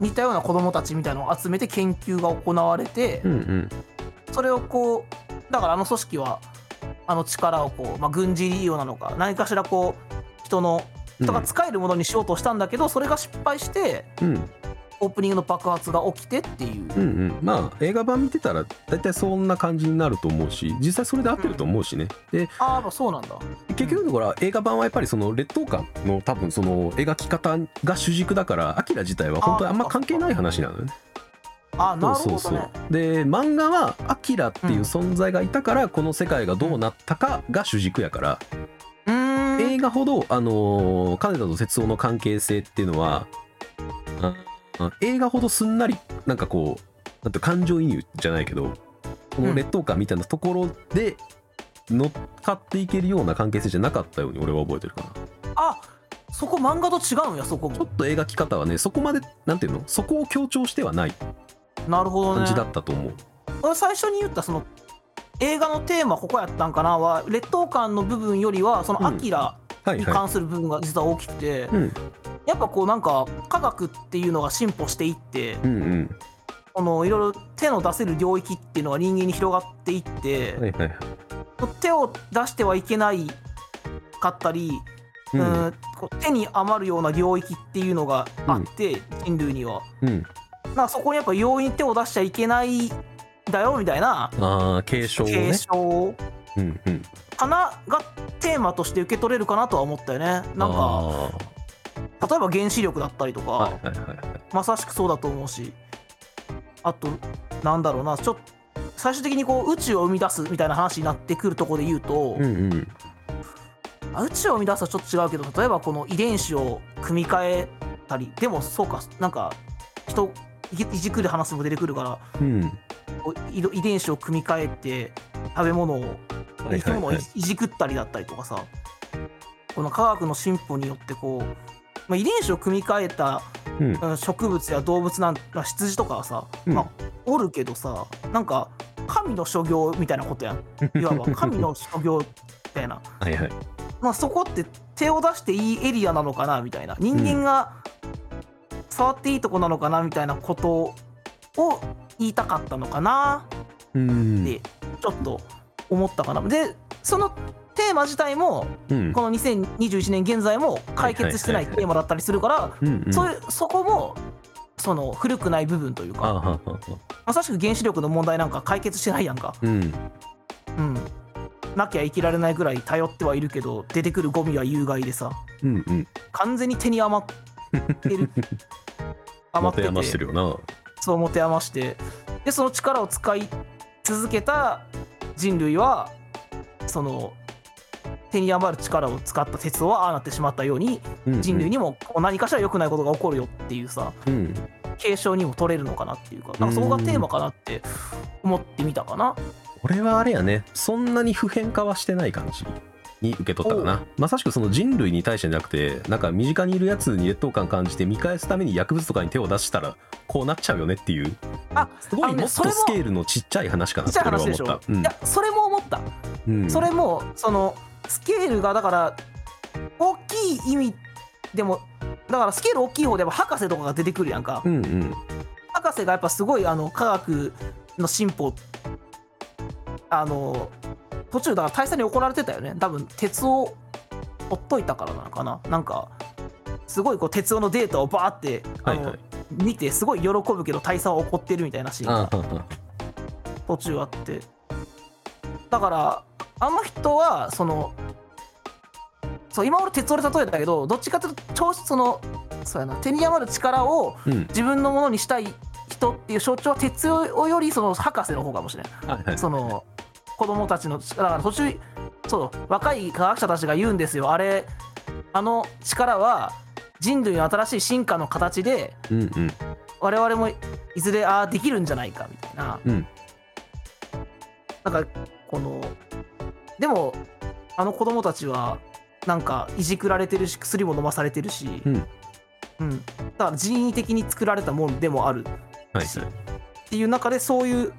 [SPEAKER 1] 似たような子供たちみたいなのを集めて研究が行われて
[SPEAKER 2] うんうん
[SPEAKER 1] それをこうだからあの組織はあの力をこう、まあ、軍事利用なのか何かしらこう人の人が使えるものにしようとしたんだけど、それが失敗して
[SPEAKER 2] うん
[SPEAKER 1] オープニングの爆発が起きてっていう。
[SPEAKER 2] うんうん、まあ映画版見てたら大体そんな感じになると思うし実際それで合ってると思うしね、で
[SPEAKER 1] ああそうなんだ。
[SPEAKER 2] 結局のところ映画版はやっぱりその劣等感の多分その描き方が主軸だからアキラ自体は本当にあんま関係ない話なのよね。
[SPEAKER 1] ああなるほど
[SPEAKER 2] そ
[SPEAKER 1] ね。
[SPEAKER 2] うそうそうで漫画はアキラっていう存在がいたから、この世界がどうなったかが主軸やから、
[SPEAKER 1] うーん
[SPEAKER 2] 映画ほど、あのー金田と哲夫の関係性っていうのはああ映画ほどすんなりなんかこうなんて感情移入じゃないけどこの劣等感みたいなところで乗っかっていけるような関係性じゃなかったように俺は覚えてるかな
[SPEAKER 1] あそこ漫画と違うんやそこ
[SPEAKER 2] ち
[SPEAKER 1] も
[SPEAKER 2] ょっと描き方はねそこまでなんていうのそこを強調してはない
[SPEAKER 1] なるほど
[SPEAKER 2] 感
[SPEAKER 1] ね
[SPEAKER 2] じだったと思う、
[SPEAKER 1] 俺最初に言ったその映画のテーマここやったんかなは劣等感の部分よりはその
[SPEAKER 2] うん
[SPEAKER 1] アキラ
[SPEAKER 2] はい
[SPEAKER 1] に
[SPEAKER 2] は
[SPEAKER 1] 関する部分が実は大きくて
[SPEAKER 2] い、うん、
[SPEAKER 1] やっぱこうなんか科学っていうのが進歩していって
[SPEAKER 2] うんうん
[SPEAKER 1] このいろいろ手の出せる領域っていうのが人間に広がっていって
[SPEAKER 2] はいはいはい
[SPEAKER 1] 手を出してはいけないかったり
[SPEAKER 2] う
[SPEAKER 1] うんんこう手に余るような領域っていうのがあって人類には。
[SPEAKER 2] うん
[SPEAKER 1] なんかそこにやっぱ容易に手を出しちゃいけないんだよみたいな
[SPEAKER 2] ああ継承をね
[SPEAKER 1] 継承
[SPEAKER 2] うんうん
[SPEAKER 1] かながテーマとして受け取れるかなとは思ったよねなんか
[SPEAKER 2] あ
[SPEAKER 1] 例えば原子力だったりとか、
[SPEAKER 2] ーはいはいはい
[SPEAKER 1] まさしくそうだと思うしあとなんだろうなちょっと最終的にこう宇宙を生み出すみたいな話になってくるところで言うと、
[SPEAKER 2] うんうん
[SPEAKER 1] あ宇宙を生み出すはちょっと違うけど例えばこの遺伝子を組み替えたりでもそうかなんか人いいじくる話も出てくるから
[SPEAKER 2] うん
[SPEAKER 1] こう遺遺伝子を組み替えて食べ物を
[SPEAKER 2] はい
[SPEAKER 1] 生き
[SPEAKER 2] はい
[SPEAKER 1] 物を
[SPEAKER 2] はい
[SPEAKER 1] いじいじくったりだったりとかさこの科学の進歩によってこう、まあ、遺伝子を組み替えた
[SPEAKER 2] うん
[SPEAKER 1] 植物や動物なんまあ羊とかはさ、
[SPEAKER 2] うん
[SPEAKER 1] まあ、おるけどさなんか神の所業みたいなことやんいわば神の所業みたいな、
[SPEAKER 2] *laughs* はいはい
[SPEAKER 1] まあ、そこって手を出していいエリアなのかなみたいな人間が触っていいとこなのかなみたいなことを言いたかったのかな
[SPEAKER 2] うん
[SPEAKER 1] ってちょっと思ったかな。でそのテーマ自体も
[SPEAKER 2] うん
[SPEAKER 1] この2021年現在も解決してないテーマだったりするから
[SPEAKER 2] うんうん
[SPEAKER 1] そういうそこもその古くない部分という
[SPEAKER 2] あは
[SPEAKER 1] か
[SPEAKER 2] はは
[SPEAKER 1] まさしく原子力の問題なんか解決してないやんか、
[SPEAKER 2] うん
[SPEAKER 1] うん、なきゃ生きられないぐらい頼ってはいるけど出てくるゴミは有害でさ
[SPEAKER 2] うんうん
[SPEAKER 1] 完全に手に余ってる
[SPEAKER 2] *laughs* 持て余してるよな
[SPEAKER 1] そう持て余してでその力を使い続けた人類はその手に余る力を使った鉄道はああなってしまったように
[SPEAKER 2] うんうん
[SPEAKER 1] 人類にもこう何かしら良くないことが起こるよっていうさ
[SPEAKER 2] うん
[SPEAKER 1] 継承にも取れるのかなっていうかなんかそこがテーマかなって思ってみたかな。
[SPEAKER 2] これはあれやねそんなに普遍化はしてない感じに受け取ったかなまさしくその人類に対してじゃなくてなんか身近にいるやつに劣等感感じて見返すために薬物とかに手を出したらこうなっちゃうよねっていう
[SPEAKER 1] あ
[SPEAKER 2] すごい
[SPEAKER 1] あのね
[SPEAKER 2] もっとス
[SPEAKER 1] それも
[SPEAKER 2] ケールのちっちゃい話かな
[SPEAKER 1] ちっ
[SPEAKER 2] っ
[SPEAKER 1] ち
[SPEAKER 2] て
[SPEAKER 1] ゃい
[SPEAKER 2] 俺は
[SPEAKER 1] 話
[SPEAKER 2] 思
[SPEAKER 1] で
[SPEAKER 2] っ
[SPEAKER 1] しょ
[SPEAKER 2] た、
[SPEAKER 1] いやそれも思った。
[SPEAKER 2] うん
[SPEAKER 1] それもそのスケールがだから大きい意味でもだからスケール大きい方でも博士とかが出てくるやんか。
[SPEAKER 2] うんうん
[SPEAKER 1] 博士がやっぱすごいあの科学の進歩あの途中だから大佐に怒られてたよね多分鉄をほっといたからなのかななんかすごいこう鉄のデータをバーってあ
[SPEAKER 2] はい
[SPEAKER 1] の、
[SPEAKER 2] はい
[SPEAKER 1] 見てすごい喜ぶけど大佐は怒ってるみたいなシーンが
[SPEAKER 2] あああ
[SPEAKER 1] 途中あってだからあの人はそのそう今俺鉄俺例えたけどどっちかというと調子そのそうやな手に余る力を
[SPEAKER 2] うん
[SPEAKER 1] 自分のものにしたい人っていう象徴は哲夫よりその博士の方かもしれない
[SPEAKER 2] はいはい
[SPEAKER 1] その子供たちのだから途中そう若い科学者たちが言うんですよあれあの力は人類の新しい進化の形で
[SPEAKER 2] うんうん
[SPEAKER 1] 我々もいずれああできるんじゃないかみたいな、
[SPEAKER 2] うん
[SPEAKER 1] なんかこのでもあの子供たちはなんかいじくられてるし薬も飲まされてるし、
[SPEAKER 2] うん
[SPEAKER 1] うんだから人為的に作られたもんでもある
[SPEAKER 2] はいはい
[SPEAKER 1] っていう中でそういう、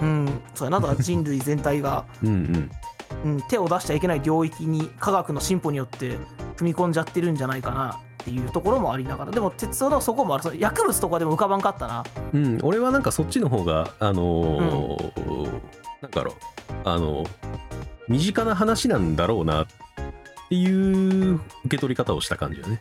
[SPEAKER 1] うん、そうやなだから人類全体
[SPEAKER 2] *laughs*
[SPEAKER 1] が、
[SPEAKER 2] うんうん
[SPEAKER 1] うん、手を出しちゃいけない領域に科学の進歩によって踏み込んじゃってるんじゃないかなっていうところもありながらでも鉄道のそこもあるその薬物とかでも浮かばんかったな
[SPEAKER 2] うん、俺はなんかそっちの方があのーなんだろうあのー身近な話なんだろうなっていう受け取り方をした感じだね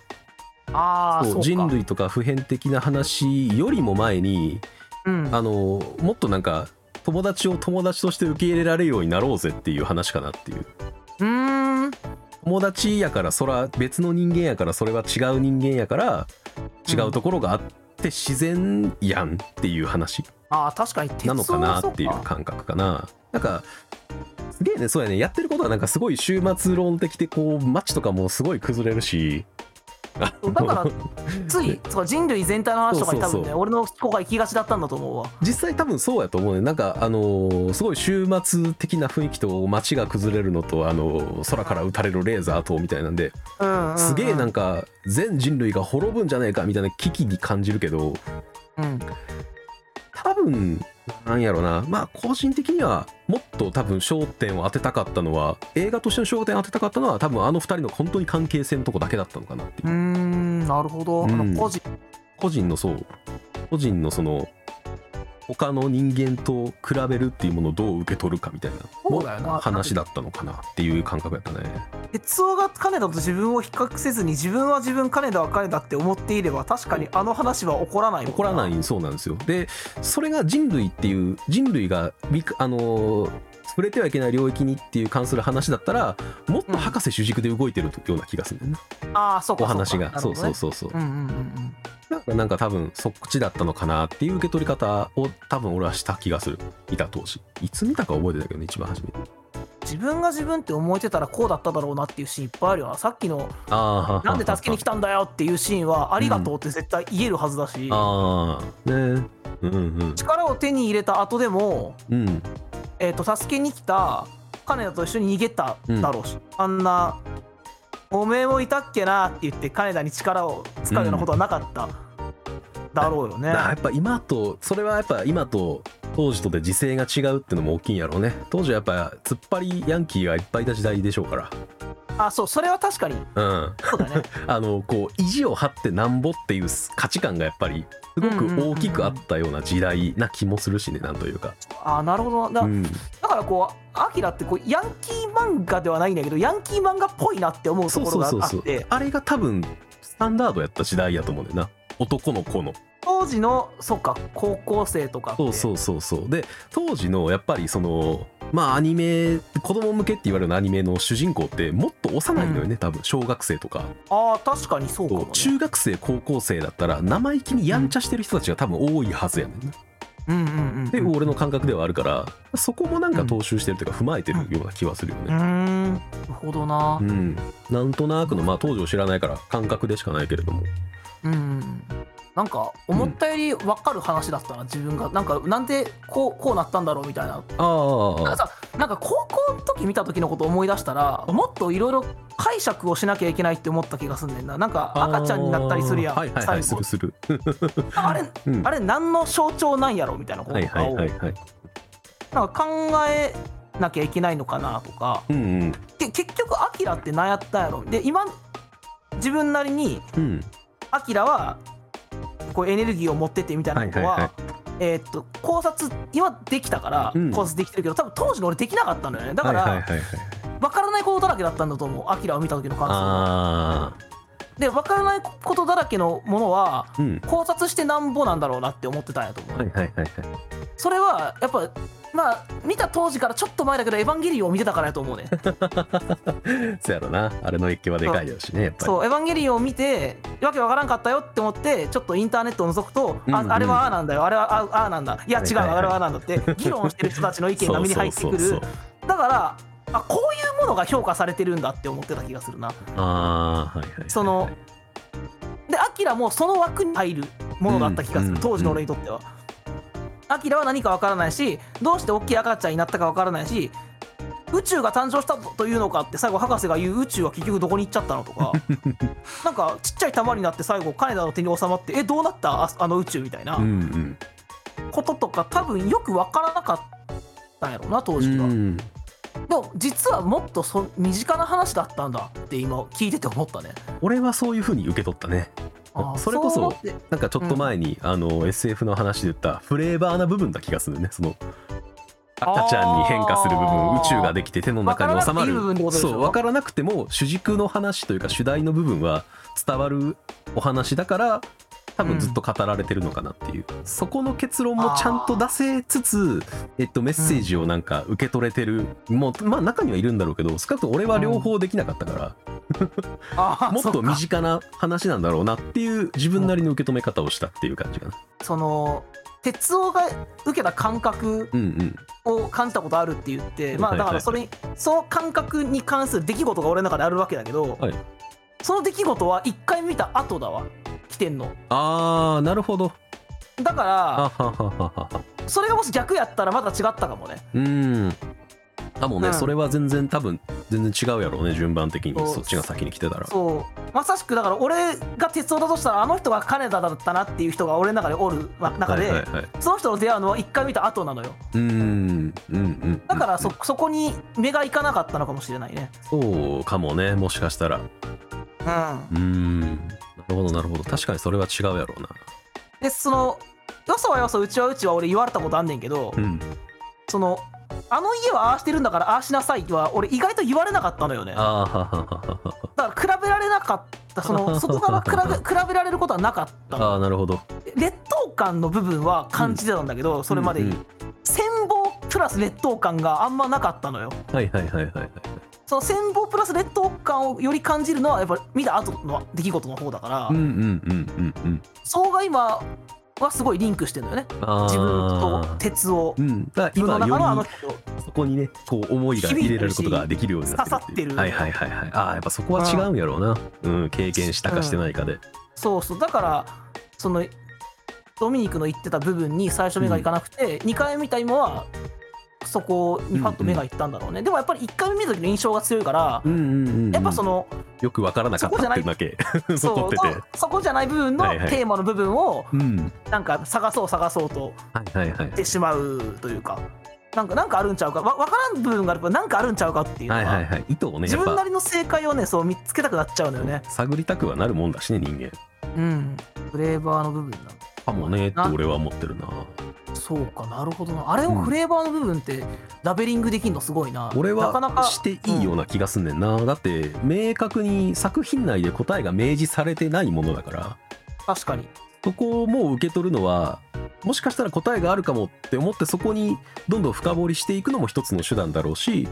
[SPEAKER 1] ああ
[SPEAKER 2] そう
[SPEAKER 1] そうか
[SPEAKER 2] 人類とか普遍的な話よりも前に
[SPEAKER 1] うん、
[SPEAKER 2] あのーもっとなんか友達を友達として受け入れられるようになろうぜっていう話かなっていう
[SPEAKER 1] うーん
[SPEAKER 2] 友達やからそら別の人間やからそれは違う人間やから違うところがあって自然やんっていう話
[SPEAKER 1] ああ確かに鉄道
[SPEAKER 2] なのかな
[SPEAKER 1] そ
[SPEAKER 2] っていう
[SPEAKER 1] か
[SPEAKER 2] 感覚かな。なんかすげえねそうやねやってることはなんかすごい終末論的でこう街とかもすごい崩れるしあ
[SPEAKER 1] そうだ
[SPEAKER 2] *laughs*
[SPEAKER 1] から
[SPEAKER 2] の
[SPEAKER 1] ついそう人類全体の話とかに多分ね
[SPEAKER 2] そうそう
[SPEAKER 1] 俺の思考が行きがちだったんだと思うわ
[SPEAKER 2] 実際多分そうやと思うねなんかあのーすごい終末的な雰囲気と街が崩れるのとあのー空から撃たれるレーザーとみたいなんで
[SPEAKER 1] うんうんうん
[SPEAKER 2] すげえなんか全人類が滅ぶんじゃないかみたいな危機に感じるけど
[SPEAKER 1] うん
[SPEAKER 2] 多分なんやろなまあ個人的にはもっと多分焦点を当てたかったのは映画としての焦点を当てたかったのは多分あの2人の本当に関係性のとこだけだったのかなっていう
[SPEAKER 1] ーんなるほど、あ
[SPEAKER 2] うん
[SPEAKER 1] の個人
[SPEAKER 2] 個人のそう個人のその他の人間と比べるっていうものをどう受け取るかみたいな
[SPEAKER 1] そうだよな
[SPEAKER 2] 話だったのかなっていう感覚やったね
[SPEAKER 1] 哲夫が金田と自分を比較せずに自分は自分金田は金田って思っていれば確かにあの話は起こらないもん
[SPEAKER 2] 起こらないそうなんですよでそれが人類っていう人類がみあのー触れてはいけない領域にっていう関する話だったらもっと博士主軸で動いてるような気がするんだよね
[SPEAKER 1] ああそうか
[SPEAKER 2] お話
[SPEAKER 1] そうか
[SPEAKER 2] がそう,、
[SPEAKER 1] な
[SPEAKER 2] そ
[SPEAKER 1] る
[SPEAKER 2] う
[SPEAKER 1] ほ
[SPEAKER 2] そうそう
[SPEAKER 1] どねうんうんうん
[SPEAKER 2] だからなんか多分そっちだったのかなっていう受け取り方を多分俺はした気がする見た当時いつ見たか覚えてたけどね一番初めて
[SPEAKER 1] 自分が自分って思えてたらこうだっただろうなっていうシーンいっぱいあるよなさっきの
[SPEAKER 2] あ
[SPEAKER 1] 「なんで助けに来
[SPEAKER 2] た
[SPEAKER 1] たんだよ」っていうシーンは「ありがとう」って絶対言えるはずだし、
[SPEAKER 2] ああねえうんうん
[SPEAKER 1] 力を手に入れた後でも、
[SPEAKER 2] うん
[SPEAKER 1] えー、と助けに来た金田と一緒に逃げただろうし、あんなおめえもいたっけなって言って金田に力を使うようなことはなかった、だろうよね
[SPEAKER 2] だからやっぱ今とそれはやっぱ今と当時とで時勢が違うってのも大きいんやろうね当時はやっぱ突っ張りヤンキーがいっぱいいた時代でしょうか
[SPEAKER 1] あそうそれは確かに
[SPEAKER 2] らうん
[SPEAKER 1] そうだ
[SPEAKER 2] *laughs*
[SPEAKER 1] ね
[SPEAKER 2] あのこう意地を張ってなんぼっていう価値観がやっぱりすごく大きくあったような時代な気もするしねなんというか、
[SPEAKER 1] あなるほどなだ,、
[SPEAKER 2] うん、
[SPEAKER 1] だからこうアキラってこうヤンキー漫画ではないんだけどヤンキー漫画っぽいなって思うと
[SPEAKER 2] そう
[SPEAKER 1] こ
[SPEAKER 2] そ
[SPEAKER 1] ろ
[SPEAKER 2] う
[SPEAKER 1] があ
[SPEAKER 2] そうそ
[SPEAKER 1] っ
[SPEAKER 2] う
[SPEAKER 1] て
[SPEAKER 2] あれが多分スタンダードやった時代やと思うねんな男の子の
[SPEAKER 1] 当時のそっか高校生とかって
[SPEAKER 2] そうそうそうそうで当時のやっぱりそのまあアニメ子供向けって言われるようなアニメの主人公ってもっと幼いのよね、多分小学生とか
[SPEAKER 1] ああ確かにそうかも、ね、
[SPEAKER 2] 中学生高校生だったら生意気にやんちゃしてる人たちが多分多いはずやねんな、
[SPEAKER 1] うんうんうん
[SPEAKER 2] で
[SPEAKER 1] うん
[SPEAKER 2] 俺の感覚ではあるからそこもなんか踏襲してるというか踏まえてるような気はするよ
[SPEAKER 1] うー
[SPEAKER 2] ね
[SPEAKER 1] んなるほどな
[SPEAKER 2] うん、なんとなくのまあ当時を知らないから感覚でしかないけれども
[SPEAKER 1] うんうんうんなんか思ったより分かる話だったな自分がなんかなんでこうこうなったんだろうみたいな
[SPEAKER 2] あ
[SPEAKER 1] なんか
[SPEAKER 2] あ
[SPEAKER 1] さなんか高校の時見た時のこと思い出したらもっといろいろ解釈をしなきゃいけないって思った気がすんねんななんか赤ちゃんになったりするやん
[SPEAKER 2] あーはいはいはいす
[SPEAKER 1] 最後
[SPEAKER 2] るする、
[SPEAKER 1] あれ
[SPEAKER 2] うん、
[SPEAKER 1] あれ何の象徴なんやろみたいなこと
[SPEAKER 2] はい
[SPEAKER 1] と
[SPEAKER 2] は
[SPEAKER 1] か
[SPEAKER 2] い
[SPEAKER 1] を
[SPEAKER 2] は
[SPEAKER 1] ないん
[SPEAKER 2] はい
[SPEAKER 1] か考えなきゃいけないのかなとか
[SPEAKER 2] うんうん
[SPEAKER 1] け結局アキラって何やったんやろで今自分なりに
[SPEAKER 2] うん
[SPEAKER 1] アキラはこうエネルギーを持っててみたいなことは,、
[SPEAKER 2] はいはい
[SPEAKER 1] えーっと考察今できたから
[SPEAKER 2] うん
[SPEAKER 1] 考察できてるけど、多分当時の俺できなかったんだよねだから、
[SPEAKER 2] はいはいはいはい
[SPEAKER 1] 分からないことだらけだったんだと思うアキラを見た時の感想
[SPEAKER 2] あ
[SPEAKER 1] で分からないことだらけのものは
[SPEAKER 2] あうん
[SPEAKER 1] 考察してなんぼなんだろうなって思ってたんやと思う、
[SPEAKER 2] はいはいはいはい
[SPEAKER 1] それはやっぱまあ見た当時からちょっと前だけど「エヴァンゲリオン」を見てたからやと思うね
[SPEAKER 2] そうやろなあれの影響はでかいやろしねやっぱり
[SPEAKER 1] そう「エヴァンゲリオン」を見てわけわからんかったよって思ってちょっとインターネットを覗くと、
[SPEAKER 2] うんうん
[SPEAKER 1] ああれはああなんだよあれはあああなんだいや違う、
[SPEAKER 2] はいはいはい
[SPEAKER 1] あれはああなんだって議論してる人たちの意見が目に入ってく
[SPEAKER 2] そうそう
[SPEAKER 1] る
[SPEAKER 2] そう
[SPEAKER 1] だからあこういうものが評価されてるんだって思ってた気がするな
[SPEAKER 2] ああはいはいはいはい
[SPEAKER 1] そのでアキラもその枠に入るものだった気がする、
[SPEAKER 2] うん
[SPEAKER 1] 当時の俺にとっては。アキラは何かわからないしどうして大きい赤ちゃんになったかわからないし宇宙が誕生したというのかって最後博士が言う宇宙は結局どこに行っちゃったのと
[SPEAKER 2] *laughs*
[SPEAKER 1] かなんかちっちゃい玉になって最後金田の手に収まってえどうなったああの宇宙みたいな
[SPEAKER 2] うんうん
[SPEAKER 1] こととか多分よくわからなかったんやろうな当
[SPEAKER 2] う
[SPEAKER 1] 時は。
[SPEAKER 2] ん
[SPEAKER 1] でも実はもっとそ身近な話だったんだって今聞いてて思ったね。
[SPEAKER 2] 俺はそういうふうに受け取ったね
[SPEAKER 1] あー
[SPEAKER 2] それこそう
[SPEAKER 1] 思って
[SPEAKER 2] なんかちょっと前に、あの SF の話で言ったフレーバーな部分だ気がするねその赤ちゃんに変化する部
[SPEAKER 1] あ
[SPEAKER 2] 分
[SPEAKER 1] ー
[SPEAKER 2] 宇宙ができて手の中に収まる
[SPEAKER 1] わからなくていい部分ってことでしょ
[SPEAKER 2] そう分からなくても主軸の話というか主題の部分は伝わるお話だから多分ずっと語られてるのかなっていう、そこの結論もちゃんと出せつつ、えっと、メッセージをなんか受け取れてる、もうまあ中にはいるんだろうけど少なくとも俺は両方できなかったから、
[SPEAKER 1] あー
[SPEAKER 2] もっ
[SPEAKER 1] そ
[SPEAKER 2] と
[SPEAKER 1] か
[SPEAKER 2] 身近な話なんだろうなっていう自分なりの受け止め方をしたっていう感じかな。
[SPEAKER 1] その哲夫が受けた感覚
[SPEAKER 2] うんうん、
[SPEAKER 1] を感じたことあるって言って、ま
[SPEAKER 2] は
[SPEAKER 1] あ
[SPEAKER 2] い
[SPEAKER 1] だからそれにその感覚に関する出来事が俺の中であるわけだけど、
[SPEAKER 2] はい
[SPEAKER 1] その出来事は一回見た後だわ来てんの
[SPEAKER 2] あーなるほど。
[SPEAKER 1] だか
[SPEAKER 2] あははははは。
[SPEAKER 1] らそれがもし逆やったらまだ違ったかもね
[SPEAKER 2] うん。あもうね、
[SPEAKER 1] うん
[SPEAKER 2] それは全然多分全然違うやろうね順番的に
[SPEAKER 1] そう
[SPEAKER 2] そっちが先に来てたら。
[SPEAKER 1] そうまさしくだから俺が哲夫だとしたらあの人が金田だったなっていう人が俺の中でおるま中で、
[SPEAKER 2] はいはいはい、
[SPEAKER 1] その人と出会うのは一回見た後なのよ
[SPEAKER 2] うんうんうん。
[SPEAKER 1] だからそそこに目がいかなかったのかもしれないね
[SPEAKER 2] そうかもねもしかしたら。
[SPEAKER 1] うん
[SPEAKER 2] うん。なるほどなるほど確かにそれは違うやろうな。
[SPEAKER 1] でそのよそはよそうちはうちは俺言われたことあんねんけど、
[SPEAKER 2] うん。
[SPEAKER 1] そのあの家はああしてるんだからああしなさいは俺意外と言われなかったのよね
[SPEAKER 2] あ
[SPEAKER 1] だ
[SPEAKER 2] ははははは。
[SPEAKER 1] から比べられなかったそ
[SPEAKER 2] *laughs*
[SPEAKER 1] の外側比べ比べられることはなかった
[SPEAKER 2] あ
[SPEAKER 1] の
[SPEAKER 2] ーなるほど。
[SPEAKER 1] 劣等感の部分は感じてたんだけど、それまで
[SPEAKER 2] うん
[SPEAKER 1] に、
[SPEAKER 2] うん
[SPEAKER 1] 戦望プラス劣等感があんまなかったのよ
[SPEAKER 2] はいはいはいはいはい。
[SPEAKER 1] その戦望プラス劣等感をより感じるのはやっぱ見た後の出来事の方だから、
[SPEAKER 2] うんうんうんうんうん。
[SPEAKER 1] そこが今はすごいリンクしてるのよね
[SPEAKER 2] あー
[SPEAKER 1] 自分と鉄を
[SPEAKER 2] うん、だ
[SPEAKER 1] 自
[SPEAKER 2] か
[SPEAKER 1] 分の
[SPEAKER 2] ら
[SPEAKER 1] 中
[SPEAKER 2] 今
[SPEAKER 1] のあ
[SPEAKER 2] よ
[SPEAKER 1] の
[SPEAKER 2] り
[SPEAKER 1] 人
[SPEAKER 2] そこにねこう思いが入れられることができるようになって
[SPEAKER 1] 響いてるし刺
[SPEAKER 2] は
[SPEAKER 1] さって
[SPEAKER 2] い
[SPEAKER 1] る
[SPEAKER 2] はいはいはいああやっぱそこは違うんやろうな、うん、経験したかしてないかで、
[SPEAKER 1] そうそうだからそのドミニクの言ってた部分に最初目がいかなくて、2回見た今はそこにパッと目がいったんだろうね、でもやっぱり1回目見た時の印象が強いから、
[SPEAKER 2] うんうんうんうん
[SPEAKER 1] やっぱその
[SPEAKER 2] よくわからなかったっていうだけ残ってて。
[SPEAKER 1] *laughs* そこじゃない部分の
[SPEAKER 2] はいはい
[SPEAKER 1] テーマの部分を
[SPEAKER 2] うん、
[SPEAKER 1] なんか探そう探そうと
[SPEAKER 2] はいはいはい
[SPEAKER 1] っ。てしまうというかなんかなんかあるんちゃうかわ分からん部分があればなんかあるんちゃうかっていうの
[SPEAKER 2] は
[SPEAKER 1] は,、
[SPEAKER 2] いはいはい。意図をね、
[SPEAKER 1] 自
[SPEAKER 2] やっ
[SPEAKER 1] 分な
[SPEAKER 2] ぱ
[SPEAKER 1] りの正解をねそう見つけたくなっちゃうんだよね
[SPEAKER 2] 探りたくはなるもんだしね、人間。
[SPEAKER 1] うんフレーバーの部分なんだ
[SPEAKER 2] かもねって俺は思ってるな。
[SPEAKER 1] そうかなるほどなあれをフレーバーの部分ってラベリングできんのすごいな
[SPEAKER 2] 俺
[SPEAKER 1] なかな
[SPEAKER 2] は
[SPEAKER 1] か
[SPEAKER 2] していいような気がすんねんな。だって、明確に作品内で答えが明示されてないものだから。
[SPEAKER 1] 確かに
[SPEAKER 2] そこをもう受け取るのはもしかしたら答えがあるかもって思ってそこにどんどん深掘りしていくのも一つの手段だろうし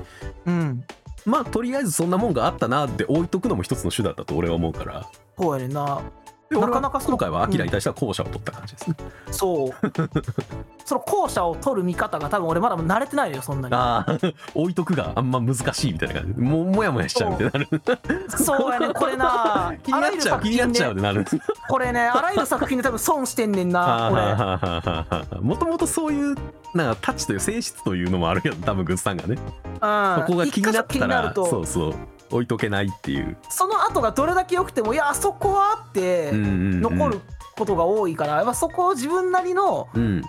[SPEAKER 1] うん
[SPEAKER 2] まあとりあえずそんなもんがあったなって置いとくのも一つの手段だと俺は思うから
[SPEAKER 1] こうやねんな
[SPEAKER 2] で俺
[SPEAKER 1] なかな
[SPEAKER 2] は
[SPEAKER 1] かそう
[SPEAKER 2] 今回はアキラに対しては後者を取った感じですね。
[SPEAKER 1] そう *laughs* その後者を取る見方が多分俺まだ慣れてないのよそんなに
[SPEAKER 2] ああ置いとくがあんま難しいみたいな感じもうもやもやしちゃうみたいになる
[SPEAKER 1] そう
[SPEAKER 2] *laughs*
[SPEAKER 1] やねんこれな
[SPEAKER 2] 気にな
[SPEAKER 1] あらゆ
[SPEAKER 2] っちゃう気
[SPEAKER 1] る作品で
[SPEAKER 2] になっちゃうってなる
[SPEAKER 1] これねあらゆる作品で多分損してんねんな俺
[SPEAKER 2] もともとそういうなんかタッチという性質というのもあるよ多分グッズさんがねそ
[SPEAKER 1] そ
[SPEAKER 2] こが気になっ
[SPEAKER 1] 気
[SPEAKER 2] た
[SPEAKER 1] にな
[SPEAKER 2] ら
[SPEAKER 1] る
[SPEAKER 2] そ
[SPEAKER 1] と
[SPEAKER 2] うそう置いとけないっていう
[SPEAKER 1] その後がどれだけ良くてもいやあそこはって残
[SPEAKER 2] 残
[SPEAKER 1] ることが多いから、やっぱそこを自分なりの
[SPEAKER 2] うん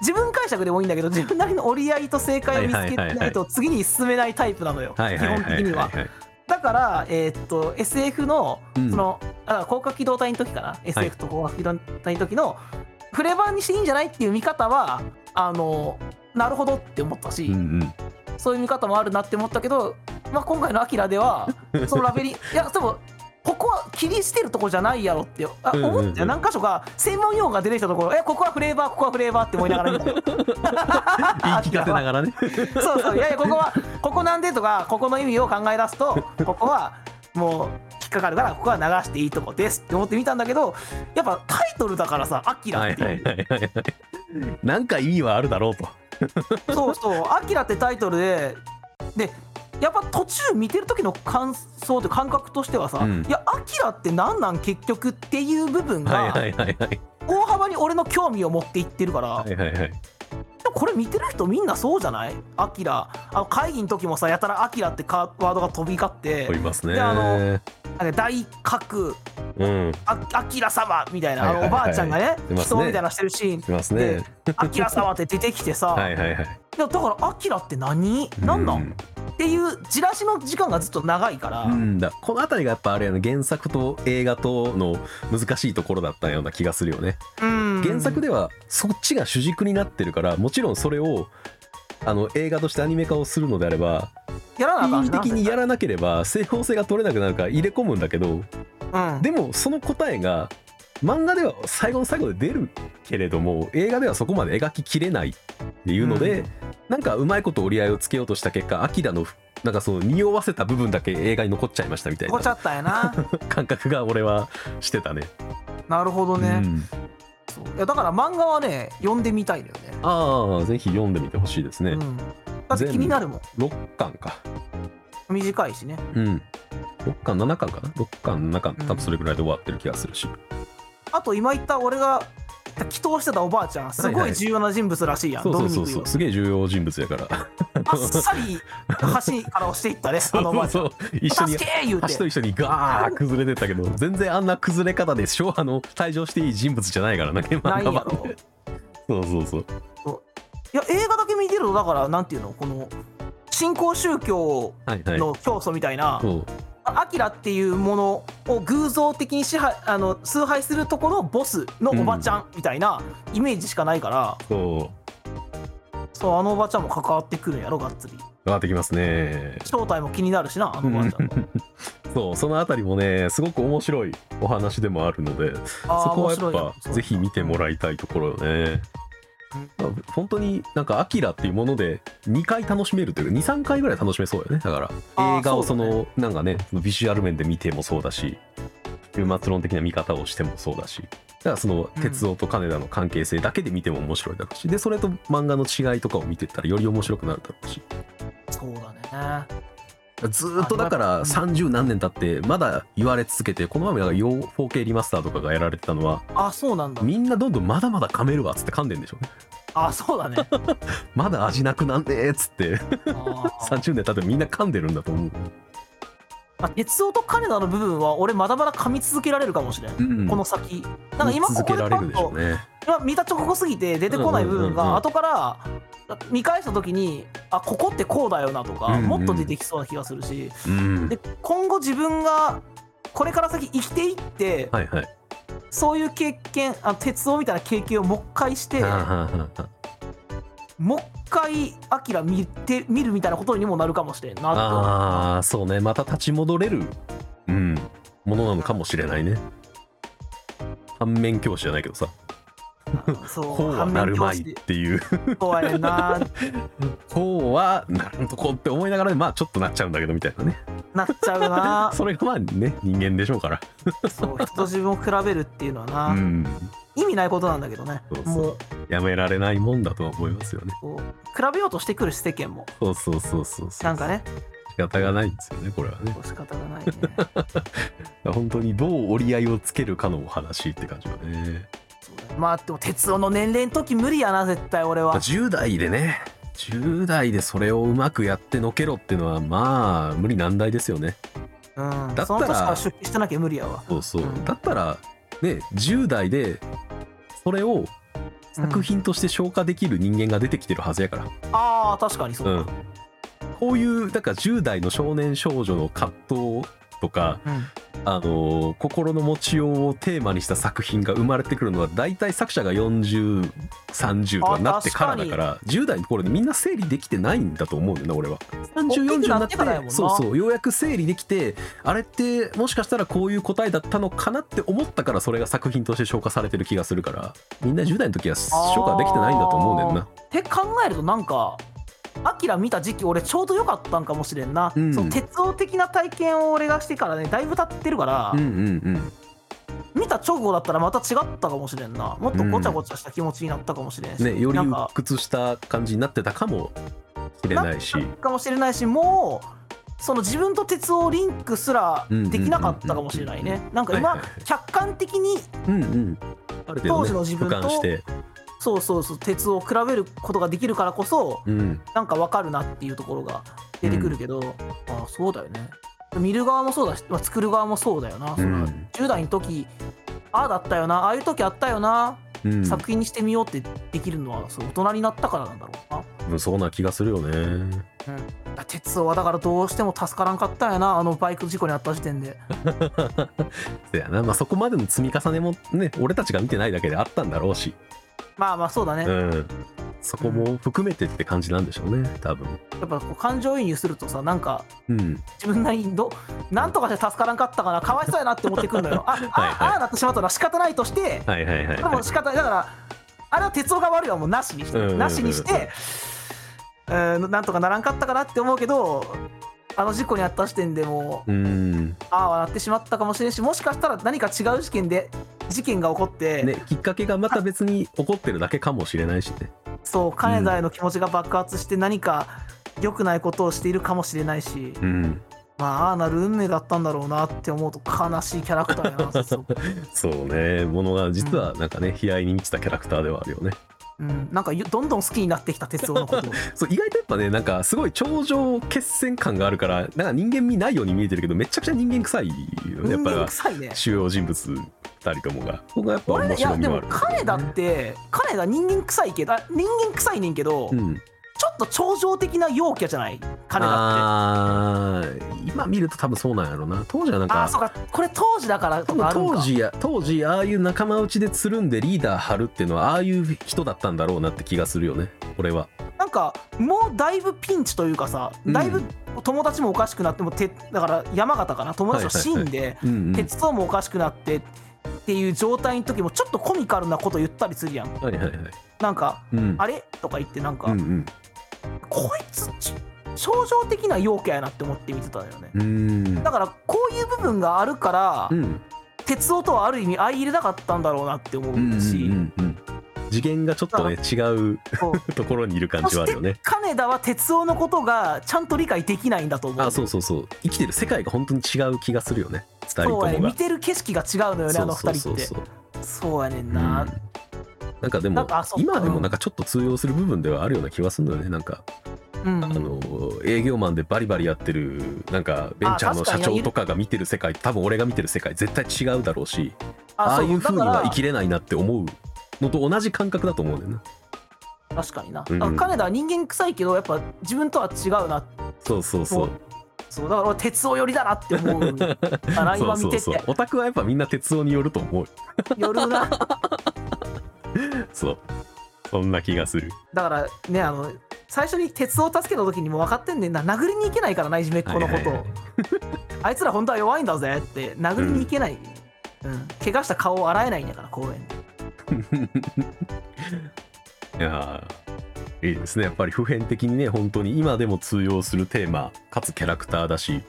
[SPEAKER 1] 自分解釈でもいいんだけど自分なりの折り合いと正解を見つけないと次に進めないタイプなのよ基
[SPEAKER 2] はいはいはい
[SPEAKER 1] 本
[SPEAKER 2] はい
[SPEAKER 1] 的には。だから、えーっと SF の
[SPEAKER 2] うん
[SPEAKER 1] その、あ高架機動隊の時かな SF と高架機動隊の時のフレバーにしていいんじゃないっていう見方はあのなるほどって思ったし、
[SPEAKER 2] うんうん
[SPEAKER 1] そういう見方もあるなって思ったけど、まあ、今回の「アキラで
[SPEAKER 2] *laughs*
[SPEAKER 1] はそのラベリンいやでもここは切り捨てるとこじゃないやろってあ
[SPEAKER 2] うんうんうん
[SPEAKER 1] 思ったよ何箇所か専門用語が出てきたところえここはフレーバーここはフレーバーって思いながら見
[SPEAKER 2] *laughs*
[SPEAKER 1] たよ
[SPEAKER 2] 言い聞か
[SPEAKER 1] *laughs*
[SPEAKER 2] せながらね
[SPEAKER 1] そうそういやいやここはここなんでとかここの意味を考え出すとここはもう引っかかるからここは流していいとこですって思ってみたんだけどやっぱタイトルだからさ「アキラ
[SPEAKER 2] はい
[SPEAKER 1] っていう、
[SPEAKER 2] はいはいはいはいなんか意味はあるだろうと
[SPEAKER 1] そうそう「アキラってタイトルででやっぱ途中見てる時の感想という感覚としてはさ「
[SPEAKER 2] うん
[SPEAKER 1] いやアキラって何なん結局」っていう部分
[SPEAKER 2] はいは
[SPEAKER 1] が
[SPEAKER 2] いはいはい
[SPEAKER 1] 大幅に俺の興味を持っていってるから、
[SPEAKER 2] はいはいはい
[SPEAKER 1] でもこれ見てる人みんなそうじゃないアキラあの会議の時もさやたら「アキラってカワードが飛び交って
[SPEAKER 2] 思いますね
[SPEAKER 1] であのなんか大角
[SPEAKER 2] うん
[SPEAKER 1] あアキラ様みたいなあの
[SPEAKER 2] は
[SPEAKER 1] お
[SPEAKER 2] いはい
[SPEAKER 1] ば
[SPEAKER 2] はい
[SPEAKER 1] あちゃんがね
[SPEAKER 2] い
[SPEAKER 1] 来
[SPEAKER 2] ますね
[SPEAKER 1] そうみたいなしてる
[SPEAKER 2] *laughs*
[SPEAKER 1] シーン
[SPEAKER 2] いますね
[SPEAKER 1] でアキラ様って出てきてさ、
[SPEAKER 2] はいはいはい
[SPEAKER 1] でもだからアキラって何何なん
[SPEAKER 2] うん
[SPEAKER 1] っていうじらしの時間がずっと長いから、
[SPEAKER 2] うんだこの辺りがやっぱあれやね原作と映画との難しいところだったような気がするよね
[SPEAKER 1] うん
[SPEAKER 2] 原作ではそっちが主軸になってるからもちろんそれをあの映画としてアニメ化をするのであれば
[SPEAKER 1] やらなあかん
[SPEAKER 2] 意味
[SPEAKER 1] しな
[SPEAKER 2] 的にやらなければ整合性が取れなくなるから入れ込むんだけど
[SPEAKER 1] うん、
[SPEAKER 2] でもその答えが漫画では最後の最後で出るけれども映画ではそこまで描ききれないっていうので、なんかうまいこと折り合いをつけようとした結果アキラのなんかその匂わせた部分だけ映画に残っちゃいましたみたい
[SPEAKER 1] こ
[SPEAKER 2] な
[SPEAKER 1] っちゃったんや
[SPEAKER 2] *laughs*
[SPEAKER 1] な
[SPEAKER 2] 感覚が俺はしてたね。
[SPEAKER 1] なるほどね、
[SPEAKER 2] うん
[SPEAKER 1] そういやだから漫画はね読んでみたいんだよね
[SPEAKER 2] ああぜひ読んでみてほしいですね。
[SPEAKER 1] うん、だって気になるもん
[SPEAKER 2] 6巻か。
[SPEAKER 1] 短いしね
[SPEAKER 2] うん6巻7巻かな6巻7巻
[SPEAKER 1] うん
[SPEAKER 2] 多分それぐらいで終わってる気がするし、
[SPEAKER 1] あと今言った俺が祈祷してたおばあちゃんすごい重要な人物らしいやん、
[SPEAKER 2] そうそうそ
[SPEAKER 1] ド
[SPEAKER 2] う
[SPEAKER 1] ミニ
[SPEAKER 2] そう
[SPEAKER 1] ク
[SPEAKER 2] すげえ重要人物やから
[SPEAKER 1] あっさり橋から押していった
[SPEAKER 2] *laughs*
[SPEAKER 1] ねあのおばあちゃん
[SPEAKER 2] そうそうそう一緒に
[SPEAKER 1] 助け言う
[SPEAKER 2] 橋と
[SPEAKER 1] て
[SPEAKER 2] 一緒にガー崩れてったけど全然あんな崩れ方で昭和の退場していい人物じゃないからね
[SPEAKER 1] ないや
[SPEAKER 2] 漫画版
[SPEAKER 1] ろ
[SPEAKER 2] でそうそうそう
[SPEAKER 1] いや映画だけ見てるとだからなんていうのこの新興宗教
[SPEAKER 2] はいはい
[SPEAKER 1] の教祖みたいな、
[SPEAKER 2] そう
[SPEAKER 1] あアキラっていうものを偶像的に支配あの崇拝するとこのボスのおばちゃんみたいなイメージしかないから、
[SPEAKER 2] そ
[SPEAKER 1] そうあのおばちゃんも関わってくるんやろがっつり
[SPEAKER 2] う上がってきますね
[SPEAKER 1] 正体も気になるしなあのおばあちゃんの
[SPEAKER 2] *laughs* そうそのあたりもねすごく面白いお話でもあるので
[SPEAKER 1] あー
[SPEAKER 2] そこは
[SPEAKER 1] 面
[SPEAKER 2] や
[SPEAKER 1] 白い
[SPEAKER 2] っ
[SPEAKER 1] なそ
[SPEAKER 2] ぱ
[SPEAKER 1] う
[SPEAKER 2] ぜひ見てもらいたいところよねまあ本当になんか「アキラっていうもので2回楽しめるというか23回ぐらい楽しめそうよねだから
[SPEAKER 1] あー
[SPEAKER 2] 映画をそ
[SPEAKER 1] そうだね
[SPEAKER 2] のなんかねそのビジュアル面で見てもそうだし末論的な見方をしてもそうだしだからその
[SPEAKER 1] うん
[SPEAKER 2] 鉄夫と金田の関係性だけで見ても面白いだろうしでそれと漫画の違いとかを見てったらより面白くなるだろうし
[SPEAKER 1] そうだね
[SPEAKER 2] ずーっとだから30何年経ってまだ言われ続けてこの前もなんか 4K リマスターとかがやられてたのは
[SPEAKER 1] あそうなんだ
[SPEAKER 2] みんなどんどんまだまだ噛めるわっつって噛んでんでしょうね
[SPEAKER 1] あそう
[SPEAKER 2] *laughs*
[SPEAKER 1] だね
[SPEAKER 2] まだ味なくなんねえっつって
[SPEAKER 1] あー
[SPEAKER 2] 30年経ってみんな噛んでるんだと思う
[SPEAKER 1] まあ、鉄夫と金田の部分は俺まだまだ噛み続けられるかもしれない、
[SPEAKER 2] うん
[SPEAKER 1] この先なんか今こ
[SPEAKER 2] 続
[SPEAKER 1] こ
[SPEAKER 2] け
[SPEAKER 1] で
[SPEAKER 2] ら
[SPEAKER 1] パッ
[SPEAKER 2] れるでしょ
[SPEAKER 1] と
[SPEAKER 2] うね。
[SPEAKER 1] 今見た直後すぎて出てこない部分
[SPEAKER 2] うんうんうんうん
[SPEAKER 1] が後から見返した時にあここってこうだよなと
[SPEAKER 2] うん
[SPEAKER 1] か
[SPEAKER 2] うん
[SPEAKER 1] もっと出てきそうな気がするし
[SPEAKER 2] うん。
[SPEAKER 1] で今後自分がこれから先生きていって
[SPEAKER 2] はいはい。
[SPEAKER 1] そういう経験あ鉄道みたいな経験をもう一回して
[SPEAKER 2] はあはあはあは
[SPEAKER 1] もう一回アキラ見て見るみたいなことにもなるかもしれんな
[SPEAKER 2] ああーそうねまた立ち戻れる、うん、ものなのかもしれないね。反面教師じゃないけどさ
[SPEAKER 1] とそう
[SPEAKER 2] こうは
[SPEAKER 1] 反
[SPEAKER 2] なる
[SPEAKER 1] 面
[SPEAKER 2] ま
[SPEAKER 1] 教
[SPEAKER 2] いっ
[SPEAKER 1] 師
[SPEAKER 2] ていう
[SPEAKER 1] 怖いな
[SPEAKER 2] こうはなるとこって思いながらまあちょっとなっちゃうんだけどみたいなね
[SPEAKER 1] なっちゃうな
[SPEAKER 2] *laughs* それがまあね人間でしょうから
[SPEAKER 1] そう人と自分を比べるっていうのはな、
[SPEAKER 2] うん
[SPEAKER 1] 意味ないことなんだけどね
[SPEAKER 2] そうそう
[SPEAKER 1] もう
[SPEAKER 2] やめられないもんだとは思いますよね
[SPEAKER 1] こう比べようとしてくるし世間も
[SPEAKER 2] そうそうそうそうそう
[SPEAKER 1] なんかね
[SPEAKER 2] 仕方がないんですよねこれはね
[SPEAKER 1] 仕方がないね *laughs*
[SPEAKER 2] 本当にどう折り合いをつけるかのお話って感じはね
[SPEAKER 1] そうだねまあでも哲夫の年齢の時無理やな絶対俺は
[SPEAKER 2] 10代でね10代でそれをうまくやってのけろっていうのはまあ無理難題ですよね
[SPEAKER 1] うん
[SPEAKER 2] たら
[SPEAKER 1] その年から出勤してなきゃ無理やわ
[SPEAKER 2] そうそう、
[SPEAKER 1] うん
[SPEAKER 2] だったらね10代でそれを作品として消化できる人間が出てきてるはずやから、
[SPEAKER 1] ああ確かにそう
[SPEAKER 2] う
[SPEAKER 1] だ、
[SPEAKER 2] んこういうだから10代の少年少女の葛藤とか、
[SPEAKER 1] うん
[SPEAKER 2] あのー心の持ちようをテーマにした作品が生まれてくるのは大体作者が4030とかなってからだから10代の頃でみんな整理できてないんだと思うんだよな俺は。3040になって
[SPEAKER 1] からやもんな
[SPEAKER 2] そうそうようやく整理できてあれってもしかしたらこういう答えだったのかなって思ったからそれが作品として消化されてる気がするからみんな10代の時は消化できてないんだと思うねんな。
[SPEAKER 1] って考えるとなんかアキラ見た時期俺ちょうど良かったんかもしれんな、
[SPEAKER 2] うん
[SPEAKER 1] その鉄道的な体験を俺がしてからねだいぶ経ってるから、
[SPEAKER 2] うんうん
[SPEAKER 1] 見た直後だったらまた違ったかもしれんなもっとごちゃごちゃした気持ちになったかもしれん
[SPEAKER 2] う
[SPEAKER 1] し、
[SPEAKER 2] ん、ねより
[SPEAKER 1] なん
[SPEAKER 2] 鬱
[SPEAKER 1] か
[SPEAKER 2] 屈した感じになってたかもしれないし。
[SPEAKER 1] かもしれないしもうその自分と鉄道リンクすらできなかったかもしれない
[SPEAKER 2] うん
[SPEAKER 1] ねなんか
[SPEAKER 2] はい
[SPEAKER 1] 今
[SPEAKER 2] はいはい
[SPEAKER 1] 客観的に
[SPEAKER 2] うんうん、ある程度、
[SPEAKER 1] 当
[SPEAKER 2] ね、
[SPEAKER 1] 時の自分と
[SPEAKER 2] 俯瞰して、
[SPEAKER 1] そうそうそう鉄を比べることができるからこそ
[SPEAKER 2] うん、
[SPEAKER 1] なんかわかるなっていうところが出てくるけど、ああそうだよね見る側もそうだし、まあ、作る側もそうだよな、それは
[SPEAKER 2] うん
[SPEAKER 1] 10代の時ああだったよなああいう時あったよな、
[SPEAKER 2] うん、
[SPEAKER 1] 作品にしてみようってできるのはそう大人になったからなんだろうな
[SPEAKER 2] うんそうな気がするよね。 *laughs*
[SPEAKER 1] だ鉄夫はだからどうしても助からんかったんやなあのバイク事故にあった時点で
[SPEAKER 2] そやな、まあ、そこまでの積み重ねもね、俺たちが見てないだけであったんだろうし、
[SPEAKER 1] まあまあそうだね、
[SPEAKER 2] う
[SPEAKER 1] や
[SPEAKER 2] ん、そこも含めてって感じなんでしょうね、多分。
[SPEAKER 1] っぱこう感情移入するとさなんか
[SPEAKER 2] うん、
[SPEAKER 1] 自分なりにどなんとかして助からんかったかなかわいそうやなって思ってくるのよあ、
[SPEAKER 2] *laughs* はい
[SPEAKER 1] あああなってしまったのは仕方ないとして
[SPEAKER 2] はいはいはい、
[SPEAKER 1] でも
[SPEAKER 2] は
[SPEAKER 1] 仕方ないだからあれは鉄夫が悪いはもうなしにして、
[SPEAKER 2] うんうんうんうん
[SPEAKER 1] なしにして、うん、なんとかならんかったかなって思うけどあの事故にあった時点でもう
[SPEAKER 2] い。うん、
[SPEAKER 1] ああはなってしまったかもしれんしもしかしたら何か違う事件で事件が起こって、
[SPEAKER 2] ね、きっかけがまた別に起こってるだけかもしれないしね。
[SPEAKER 1] そう金田への気持ちが爆発して何か良くないことをしているかもしれないし、
[SPEAKER 2] うん、
[SPEAKER 1] まあああなる運命だったんだろうなって思うと悲しいキャラクター
[SPEAKER 2] *laughs*
[SPEAKER 1] やなすごく
[SPEAKER 2] そうね、ものが実はなんかね、悲哀に満ちたキャラクターではあるよね。
[SPEAKER 1] うん、なんかゆどんどん好きになってきた哲夫のことを
[SPEAKER 2] そう意外とやっぱねなんかすごい頂上決戦感があるからなんか人間味ないように見えてるけどめちゃくちゃ人間臭いよねや
[SPEAKER 1] 人
[SPEAKER 2] っ
[SPEAKER 1] 間
[SPEAKER 2] ぱ
[SPEAKER 1] 臭いね
[SPEAKER 2] 主要人物2人ともがここがやっぱ
[SPEAKER 1] 俺ね
[SPEAKER 2] 面
[SPEAKER 1] いや
[SPEAKER 2] 白み
[SPEAKER 1] で
[SPEAKER 2] もあ
[SPEAKER 1] も
[SPEAKER 2] る
[SPEAKER 1] 金田って金田人間臭いけどあ人間臭いねんけど、
[SPEAKER 2] う
[SPEAKER 1] ちょ
[SPEAKER 2] ん、
[SPEAKER 1] っと頂上的な陽キャじゃない金田って
[SPEAKER 2] あー今見ると多分そうなんやろうな当時はなん
[SPEAKER 1] ああー
[SPEAKER 2] か
[SPEAKER 1] そうかこれ当時だからと
[SPEAKER 2] 多
[SPEAKER 1] か
[SPEAKER 2] 分
[SPEAKER 1] あるん
[SPEAKER 2] 当
[SPEAKER 1] か
[SPEAKER 2] 時や当時ああいう仲間内でつるんでリーダー張るっていうのはああいう人だったんだろうなって気がするよね俺は
[SPEAKER 1] なんかもうだいぶピンチというかさ
[SPEAKER 2] うん
[SPEAKER 1] だいぶ友達もおかしくなってもうてだから山形かな友達のシーンで
[SPEAKER 2] うんうん
[SPEAKER 1] 鉄道もおかしくなってっていう状態の時もちょっとコミカルなこと言ったりするやん
[SPEAKER 2] はいはいはい
[SPEAKER 1] なんか
[SPEAKER 2] うん
[SPEAKER 1] 「あれ?」とか言ってなんか、
[SPEAKER 2] うん
[SPEAKER 1] こいつち症状的な陽キャやなって思って見てたのよね
[SPEAKER 2] うんうん
[SPEAKER 1] だからこういう部分があるから、
[SPEAKER 2] うん
[SPEAKER 1] 鉄道とはある意味相入れなかったんだろうなって思
[SPEAKER 2] うんうんう
[SPEAKER 1] うんし、
[SPEAKER 2] うん次元がちょっとね違う
[SPEAKER 1] そう
[SPEAKER 2] *laughs* ところにいる感
[SPEAKER 1] そ
[SPEAKER 2] じはあるよ
[SPEAKER 1] して
[SPEAKER 2] ね。
[SPEAKER 1] 金田は鉄道のことがちゃんと理解できないんだと思う
[SPEAKER 2] あ、そうそうそう。生きてる世界が本当に違う気がするよね。二人
[SPEAKER 1] そ
[SPEAKER 2] とも
[SPEAKER 1] う
[SPEAKER 2] が。
[SPEAKER 1] やね見てる景色が違うのよねあの二人って
[SPEAKER 2] う。
[SPEAKER 1] そうやねん
[SPEAKER 2] うん
[SPEAKER 1] な、
[SPEAKER 2] なんかで
[SPEAKER 1] な
[SPEAKER 2] も
[SPEAKER 1] んかあそっか
[SPEAKER 2] 今でもなんかちょっと通用する部分ではあるような気はするんだよね。なんか
[SPEAKER 1] うんうん
[SPEAKER 2] あの営業マンでバリバリやってるなんかベンチャーの
[SPEAKER 1] あ確か
[SPEAKER 2] 社
[SPEAKER 1] に
[SPEAKER 2] 長とかが見てる世界と多分俺が見てる世界絶対違うだろうしああ
[SPEAKER 1] そ
[SPEAKER 2] いう風には生
[SPEAKER 1] だ
[SPEAKER 2] きれないなって思うのと同じ感覚だと思うんだよね
[SPEAKER 1] から確かにな、
[SPEAKER 2] うん
[SPEAKER 1] あ金田は人間臭いけどやっぱ自分とは違うな
[SPEAKER 2] そうそうそう
[SPEAKER 1] そうだから俺鉄を寄りだなって思うあら
[SPEAKER 2] そ
[SPEAKER 1] 今
[SPEAKER 2] う
[SPEAKER 1] 見
[SPEAKER 2] そ
[SPEAKER 1] てて
[SPEAKER 2] うそうオタクはやっぱみんな鉄夫によると思うよ
[SPEAKER 1] 寄るな
[SPEAKER 2] そうそんな気がする
[SPEAKER 1] だからねあの最初に鉄を助けた時にも分かってんねんな殴りに行けないからないじめっ子のことを、
[SPEAKER 2] はいはいはい
[SPEAKER 1] あいつら本当は弱いんだぜって殴りに行けない、うん怪我した顔を洗えないんだから公園で
[SPEAKER 2] いやーいいですねやっぱり普遍的にね本当に今でも通用するテーマかつキャラクターだし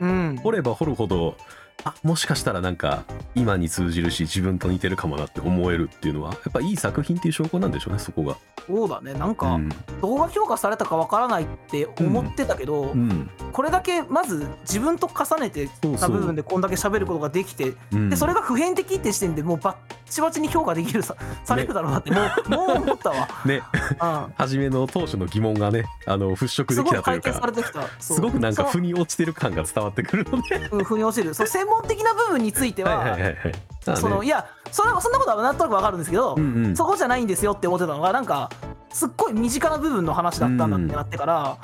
[SPEAKER 1] うん
[SPEAKER 2] 掘れば掘るほどあもしかしたらなんか今に通じるし自分と似てるかもなって思えるっていうのはやっぱいい作品っていう証拠なんでしょうねそこが。
[SPEAKER 1] そうだねなん
[SPEAKER 2] う
[SPEAKER 1] か
[SPEAKER 2] ん
[SPEAKER 1] 動画評価されたか分からないって思ってたけど、
[SPEAKER 2] うん
[SPEAKER 1] これだけまず自分と重ねて
[SPEAKER 2] そう
[SPEAKER 1] た
[SPEAKER 2] そう
[SPEAKER 1] 部分でこんだけ喋ることができて
[SPEAKER 2] うん
[SPEAKER 1] でそれが普遍的って視点でもうバッチバチに評価できるさされるだろうなってもうもう思ったわ、
[SPEAKER 2] *laughs* ね
[SPEAKER 1] うん、
[SPEAKER 2] 初めの当初の疑問がねあの払拭
[SPEAKER 1] す
[SPEAKER 2] で
[SPEAKER 1] ごい
[SPEAKER 2] きたとい
[SPEAKER 1] 解
[SPEAKER 2] う
[SPEAKER 1] 決され
[SPEAKER 2] か
[SPEAKER 1] てきたそう
[SPEAKER 2] すごくなんか
[SPEAKER 1] その
[SPEAKER 2] 腑に落ちてる感が伝わってくるので
[SPEAKER 1] うん、腑に落ちるそう専門的な部分について
[SPEAKER 2] はい
[SPEAKER 1] は,、
[SPEAKER 2] はいはいはいただね
[SPEAKER 1] そのいやそれそんなことはなんとなくわかるんですけど、
[SPEAKER 2] うんうん
[SPEAKER 1] そこじゃないんですよって思ってたのがなんかすっごい身近な部分の話だったんだってなってから、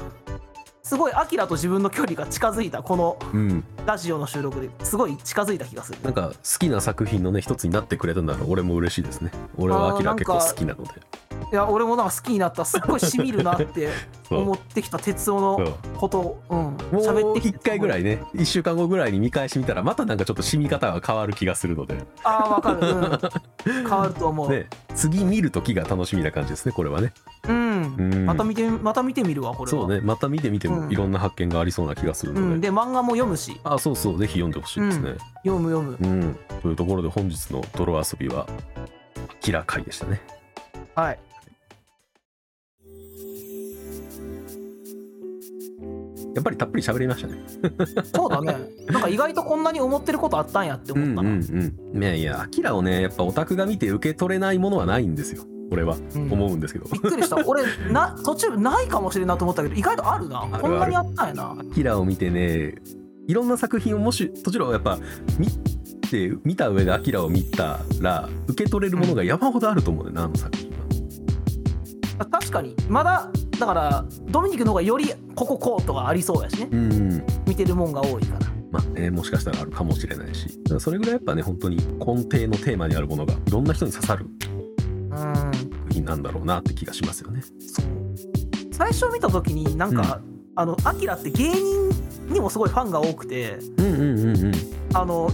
[SPEAKER 1] すごいアキラと自分の距離が近づいたこの
[SPEAKER 2] うん
[SPEAKER 1] ラジオの収録ですごい近づいた気がする
[SPEAKER 2] なんか好きな作品のね一つになってくれたなら俺も嬉しいですね俺はアキラ結構好きなので
[SPEAKER 1] いや俺もなんか好きになったすっごいしみるなって
[SPEAKER 2] *laughs* そう
[SPEAKER 1] 思ってきた哲夫のことをうん
[SPEAKER 2] もう
[SPEAKER 1] 喋ってきて
[SPEAKER 2] 1回ぐらいね1週間後ぐらいに見返してみたらまたなんかちょっと染み方が変わる気がするので、
[SPEAKER 1] ああわかる、うん、変わると思う、
[SPEAKER 2] ね、次見る時が楽しみな感じですねこれはね
[SPEAKER 1] うん、
[SPEAKER 2] うん
[SPEAKER 1] また見てまた見てみるわこれは
[SPEAKER 2] そうねまた見てみて
[SPEAKER 1] う
[SPEAKER 2] も
[SPEAKER 1] ん
[SPEAKER 2] いろんな発見がありそうな気がするの
[SPEAKER 1] う
[SPEAKER 2] で、
[SPEAKER 1] ん、で漫画も読むし
[SPEAKER 2] あそうそうぜひ読んでほしいですね、
[SPEAKER 1] 読む読む
[SPEAKER 2] うんというところで本日の「泥遊び」は「アキラ会」でしたね
[SPEAKER 1] はい
[SPEAKER 2] やっぱりたっぷり喋りましたね
[SPEAKER 1] そうだねなんか意外とこんなに思ってることあったんやって
[SPEAKER 2] う
[SPEAKER 1] 思っ
[SPEAKER 2] ん
[SPEAKER 1] た
[SPEAKER 2] う
[SPEAKER 1] な、
[SPEAKER 2] んうんいやいやアキラをねやっぱオタクが見て受け取れないものはないんですよ俺は
[SPEAKER 1] うん
[SPEAKER 2] 思うんですけど、
[SPEAKER 1] びっく
[SPEAKER 2] *laughs*
[SPEAKER 1] りした俺な途中ないかもしれんなと思ったけど意外とあるな
[SPEAKER 2] ある
[SPEAKER 1] こんなにあったんやな
[SPEAKER 2] アキラを見てねいろんな作品をもしもちろんやっぱ見て見た上でアキラを見たら受け取れるものが山ほどあると思うねんなあの作品は。
[SPEAKER 1] 確かにまだだからドミニクの方がよりこここうとかありそうやしね
[SPEAKER 2] うん
[SPEAKER 1] 見てるもんが多いから
[SPEAKER 2] まあね、もしかしたらあるかもしれないしだからそれぐらいやっぱね本当に根底のテーマにあるものがいろんな人に刺さる
[SPEAKER 1] うん
[SPEAKER 2] 作品なんだろうなって気がしますよね。
[SPEAKER 1] そう最初見た時になんか、あのアキラって芸人にもすごいファンが多くて
[SPEAKER 2] うんうんうんうん。
[SPEAKER 1] あの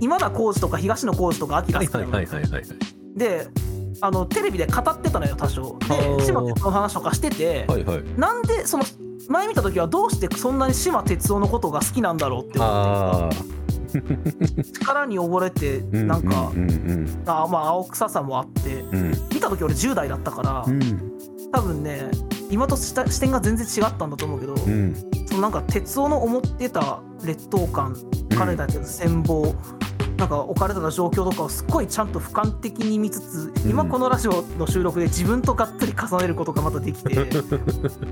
[SPEAKER 1] 今田耕司とか東野耕司とかアキラ
[SPEAKER 2] は
[SPEAKER 1] 好
[SPEAKER 2] い
[SPEAKER 1] きな
[SPEAKER 2] はい
[SPEAKER 1] の
[SPEAKER 2] はいはいはい。
[SPEAKER 1] であのテレビで語ってたのよ多少
[SPEAKER 2] あー
[SPEAKER 1] で島哲夫の話とかしてて、
[SPEAKER 2] はいはい。
[SPEAKER 1] なんでその前見た時はどうしてそんなに島哲夫のことが好きなんだろうって
[SPEAKER 2] ああ。
[SPEAKER 1] 力に溺れて
[SPEAKER 2] う
[SPEAKER 1] なんか、
[SPEAKER 2] うんうん
[SPEAKER 1] あまあ青臭さもあって
[SPEAKER 2] うん
[SPEAKER 1] 見た時俺10代だったから、
[SPEAKER 2] うんうん
[SPEAKER 1] 多分ね今とした視点が全然違ったんだと思うけど、
[SPEAKER 2] うん
[SPEAKER 1] そのなんか哲夫の思ってた劣等感置かれたけど戦望、なんか置かれてた状況とかをすっごいちゃんと俯瞰的に見つつ、
[SPEAKER 2] うん
[SPEAKER 1] 今このラジオの収録で自分とがっつり重ねることがまたできて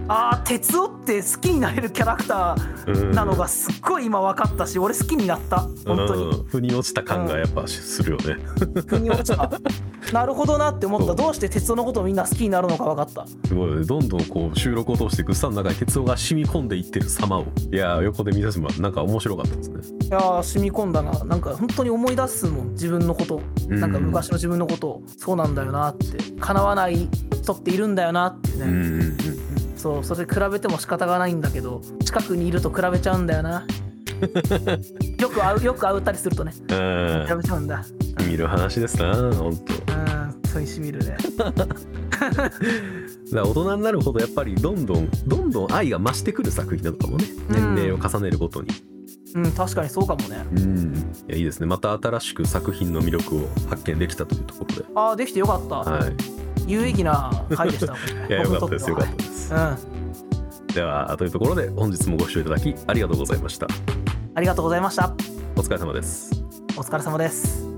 [SPEAKER 1] あー哲夫って好きになれるキャラクタ
[SPEAKER 2] うん
[SPEAKER 1] ーなのがすっごい今分かったし俺好きになった本当に
[SPEAKER 2] うん腑に落ちた感がやっぱするよね。
[SPEAKER 1] 腑に落ちたなるほどなって思っ
[SPEAKER 2] そ
[SPEAKER 1] た
[SPEAKER 2] う
[SPEAKER 1] どうして哲夫のことをみんな好きになるのか分かった
[SPEAKER 2] すごいよねどんどんこう収録を通してグッサンの中に鉄夫が染み込んでいってる様をいやー横で見させてもらってなんか面白かったですね
[SPEAKER 1] いやー染み込んだななんか本当に思い出すもん自分のこと
[SPEAKER 2] うん
[SPEAKER 1] なんか昔の自分のことをそうなんだよなって叶わない人っているんだよなってね、
[SPEAKER 2] うんうんうん
[SPEAKER 1] そうそれ比べても仕方がないんだけど近くにいると比べちゃうんだよ
[SPEAKER 2] *laughs*
[SPEAKER 1] なよく会うよく会うたりするとね
[SPEAKER 2] うん
[SPEAKER 1] 比べちゃうんだ
[SPEAKER 2] 見る話ですな本当だか
[SPEAKER 1] うんそういうしみるね
[SPEAKER 2] ら大人になるほどやっぱりどんどんどんどん愛が増してくる作品なのかもね
[SPEAKER 1] うん
[SPEAKER 2] 年齢を重ねるごとに
[SPEAKER 1] うん確かにそうかもね
[SPEAKER 2] うんいやいいですねまた新しく作品の魅力を発見できたというところで
[SPEAKER 1] ああできてよかった、
[SPEAKER 2] はい
[SPEAKER 1] 有意義な回でしたこ
[SPEAKER 2] *laughs* い
[SPEAKER 1] れ
[SPEAKER 2] やよ
[SPEAKER 1] 僕
[SPEAKER 2] か
[SPEAKER 1] に
[SPEAKER 2] ったですよ
[SPEAKER 1] と
[SPEAKER 2] か
[SPEAKER 1] て
[SPEAKER 2] ったです
[SPEAKER 1] ははい
[SPEAKER 2] ではというところで本日もご視聴いただきありがとうございました
[SPEAKER 1] うんありがとうございました
[SPEAKER 2] お疲れ様です
[SPEAKER 1] お疲れ様です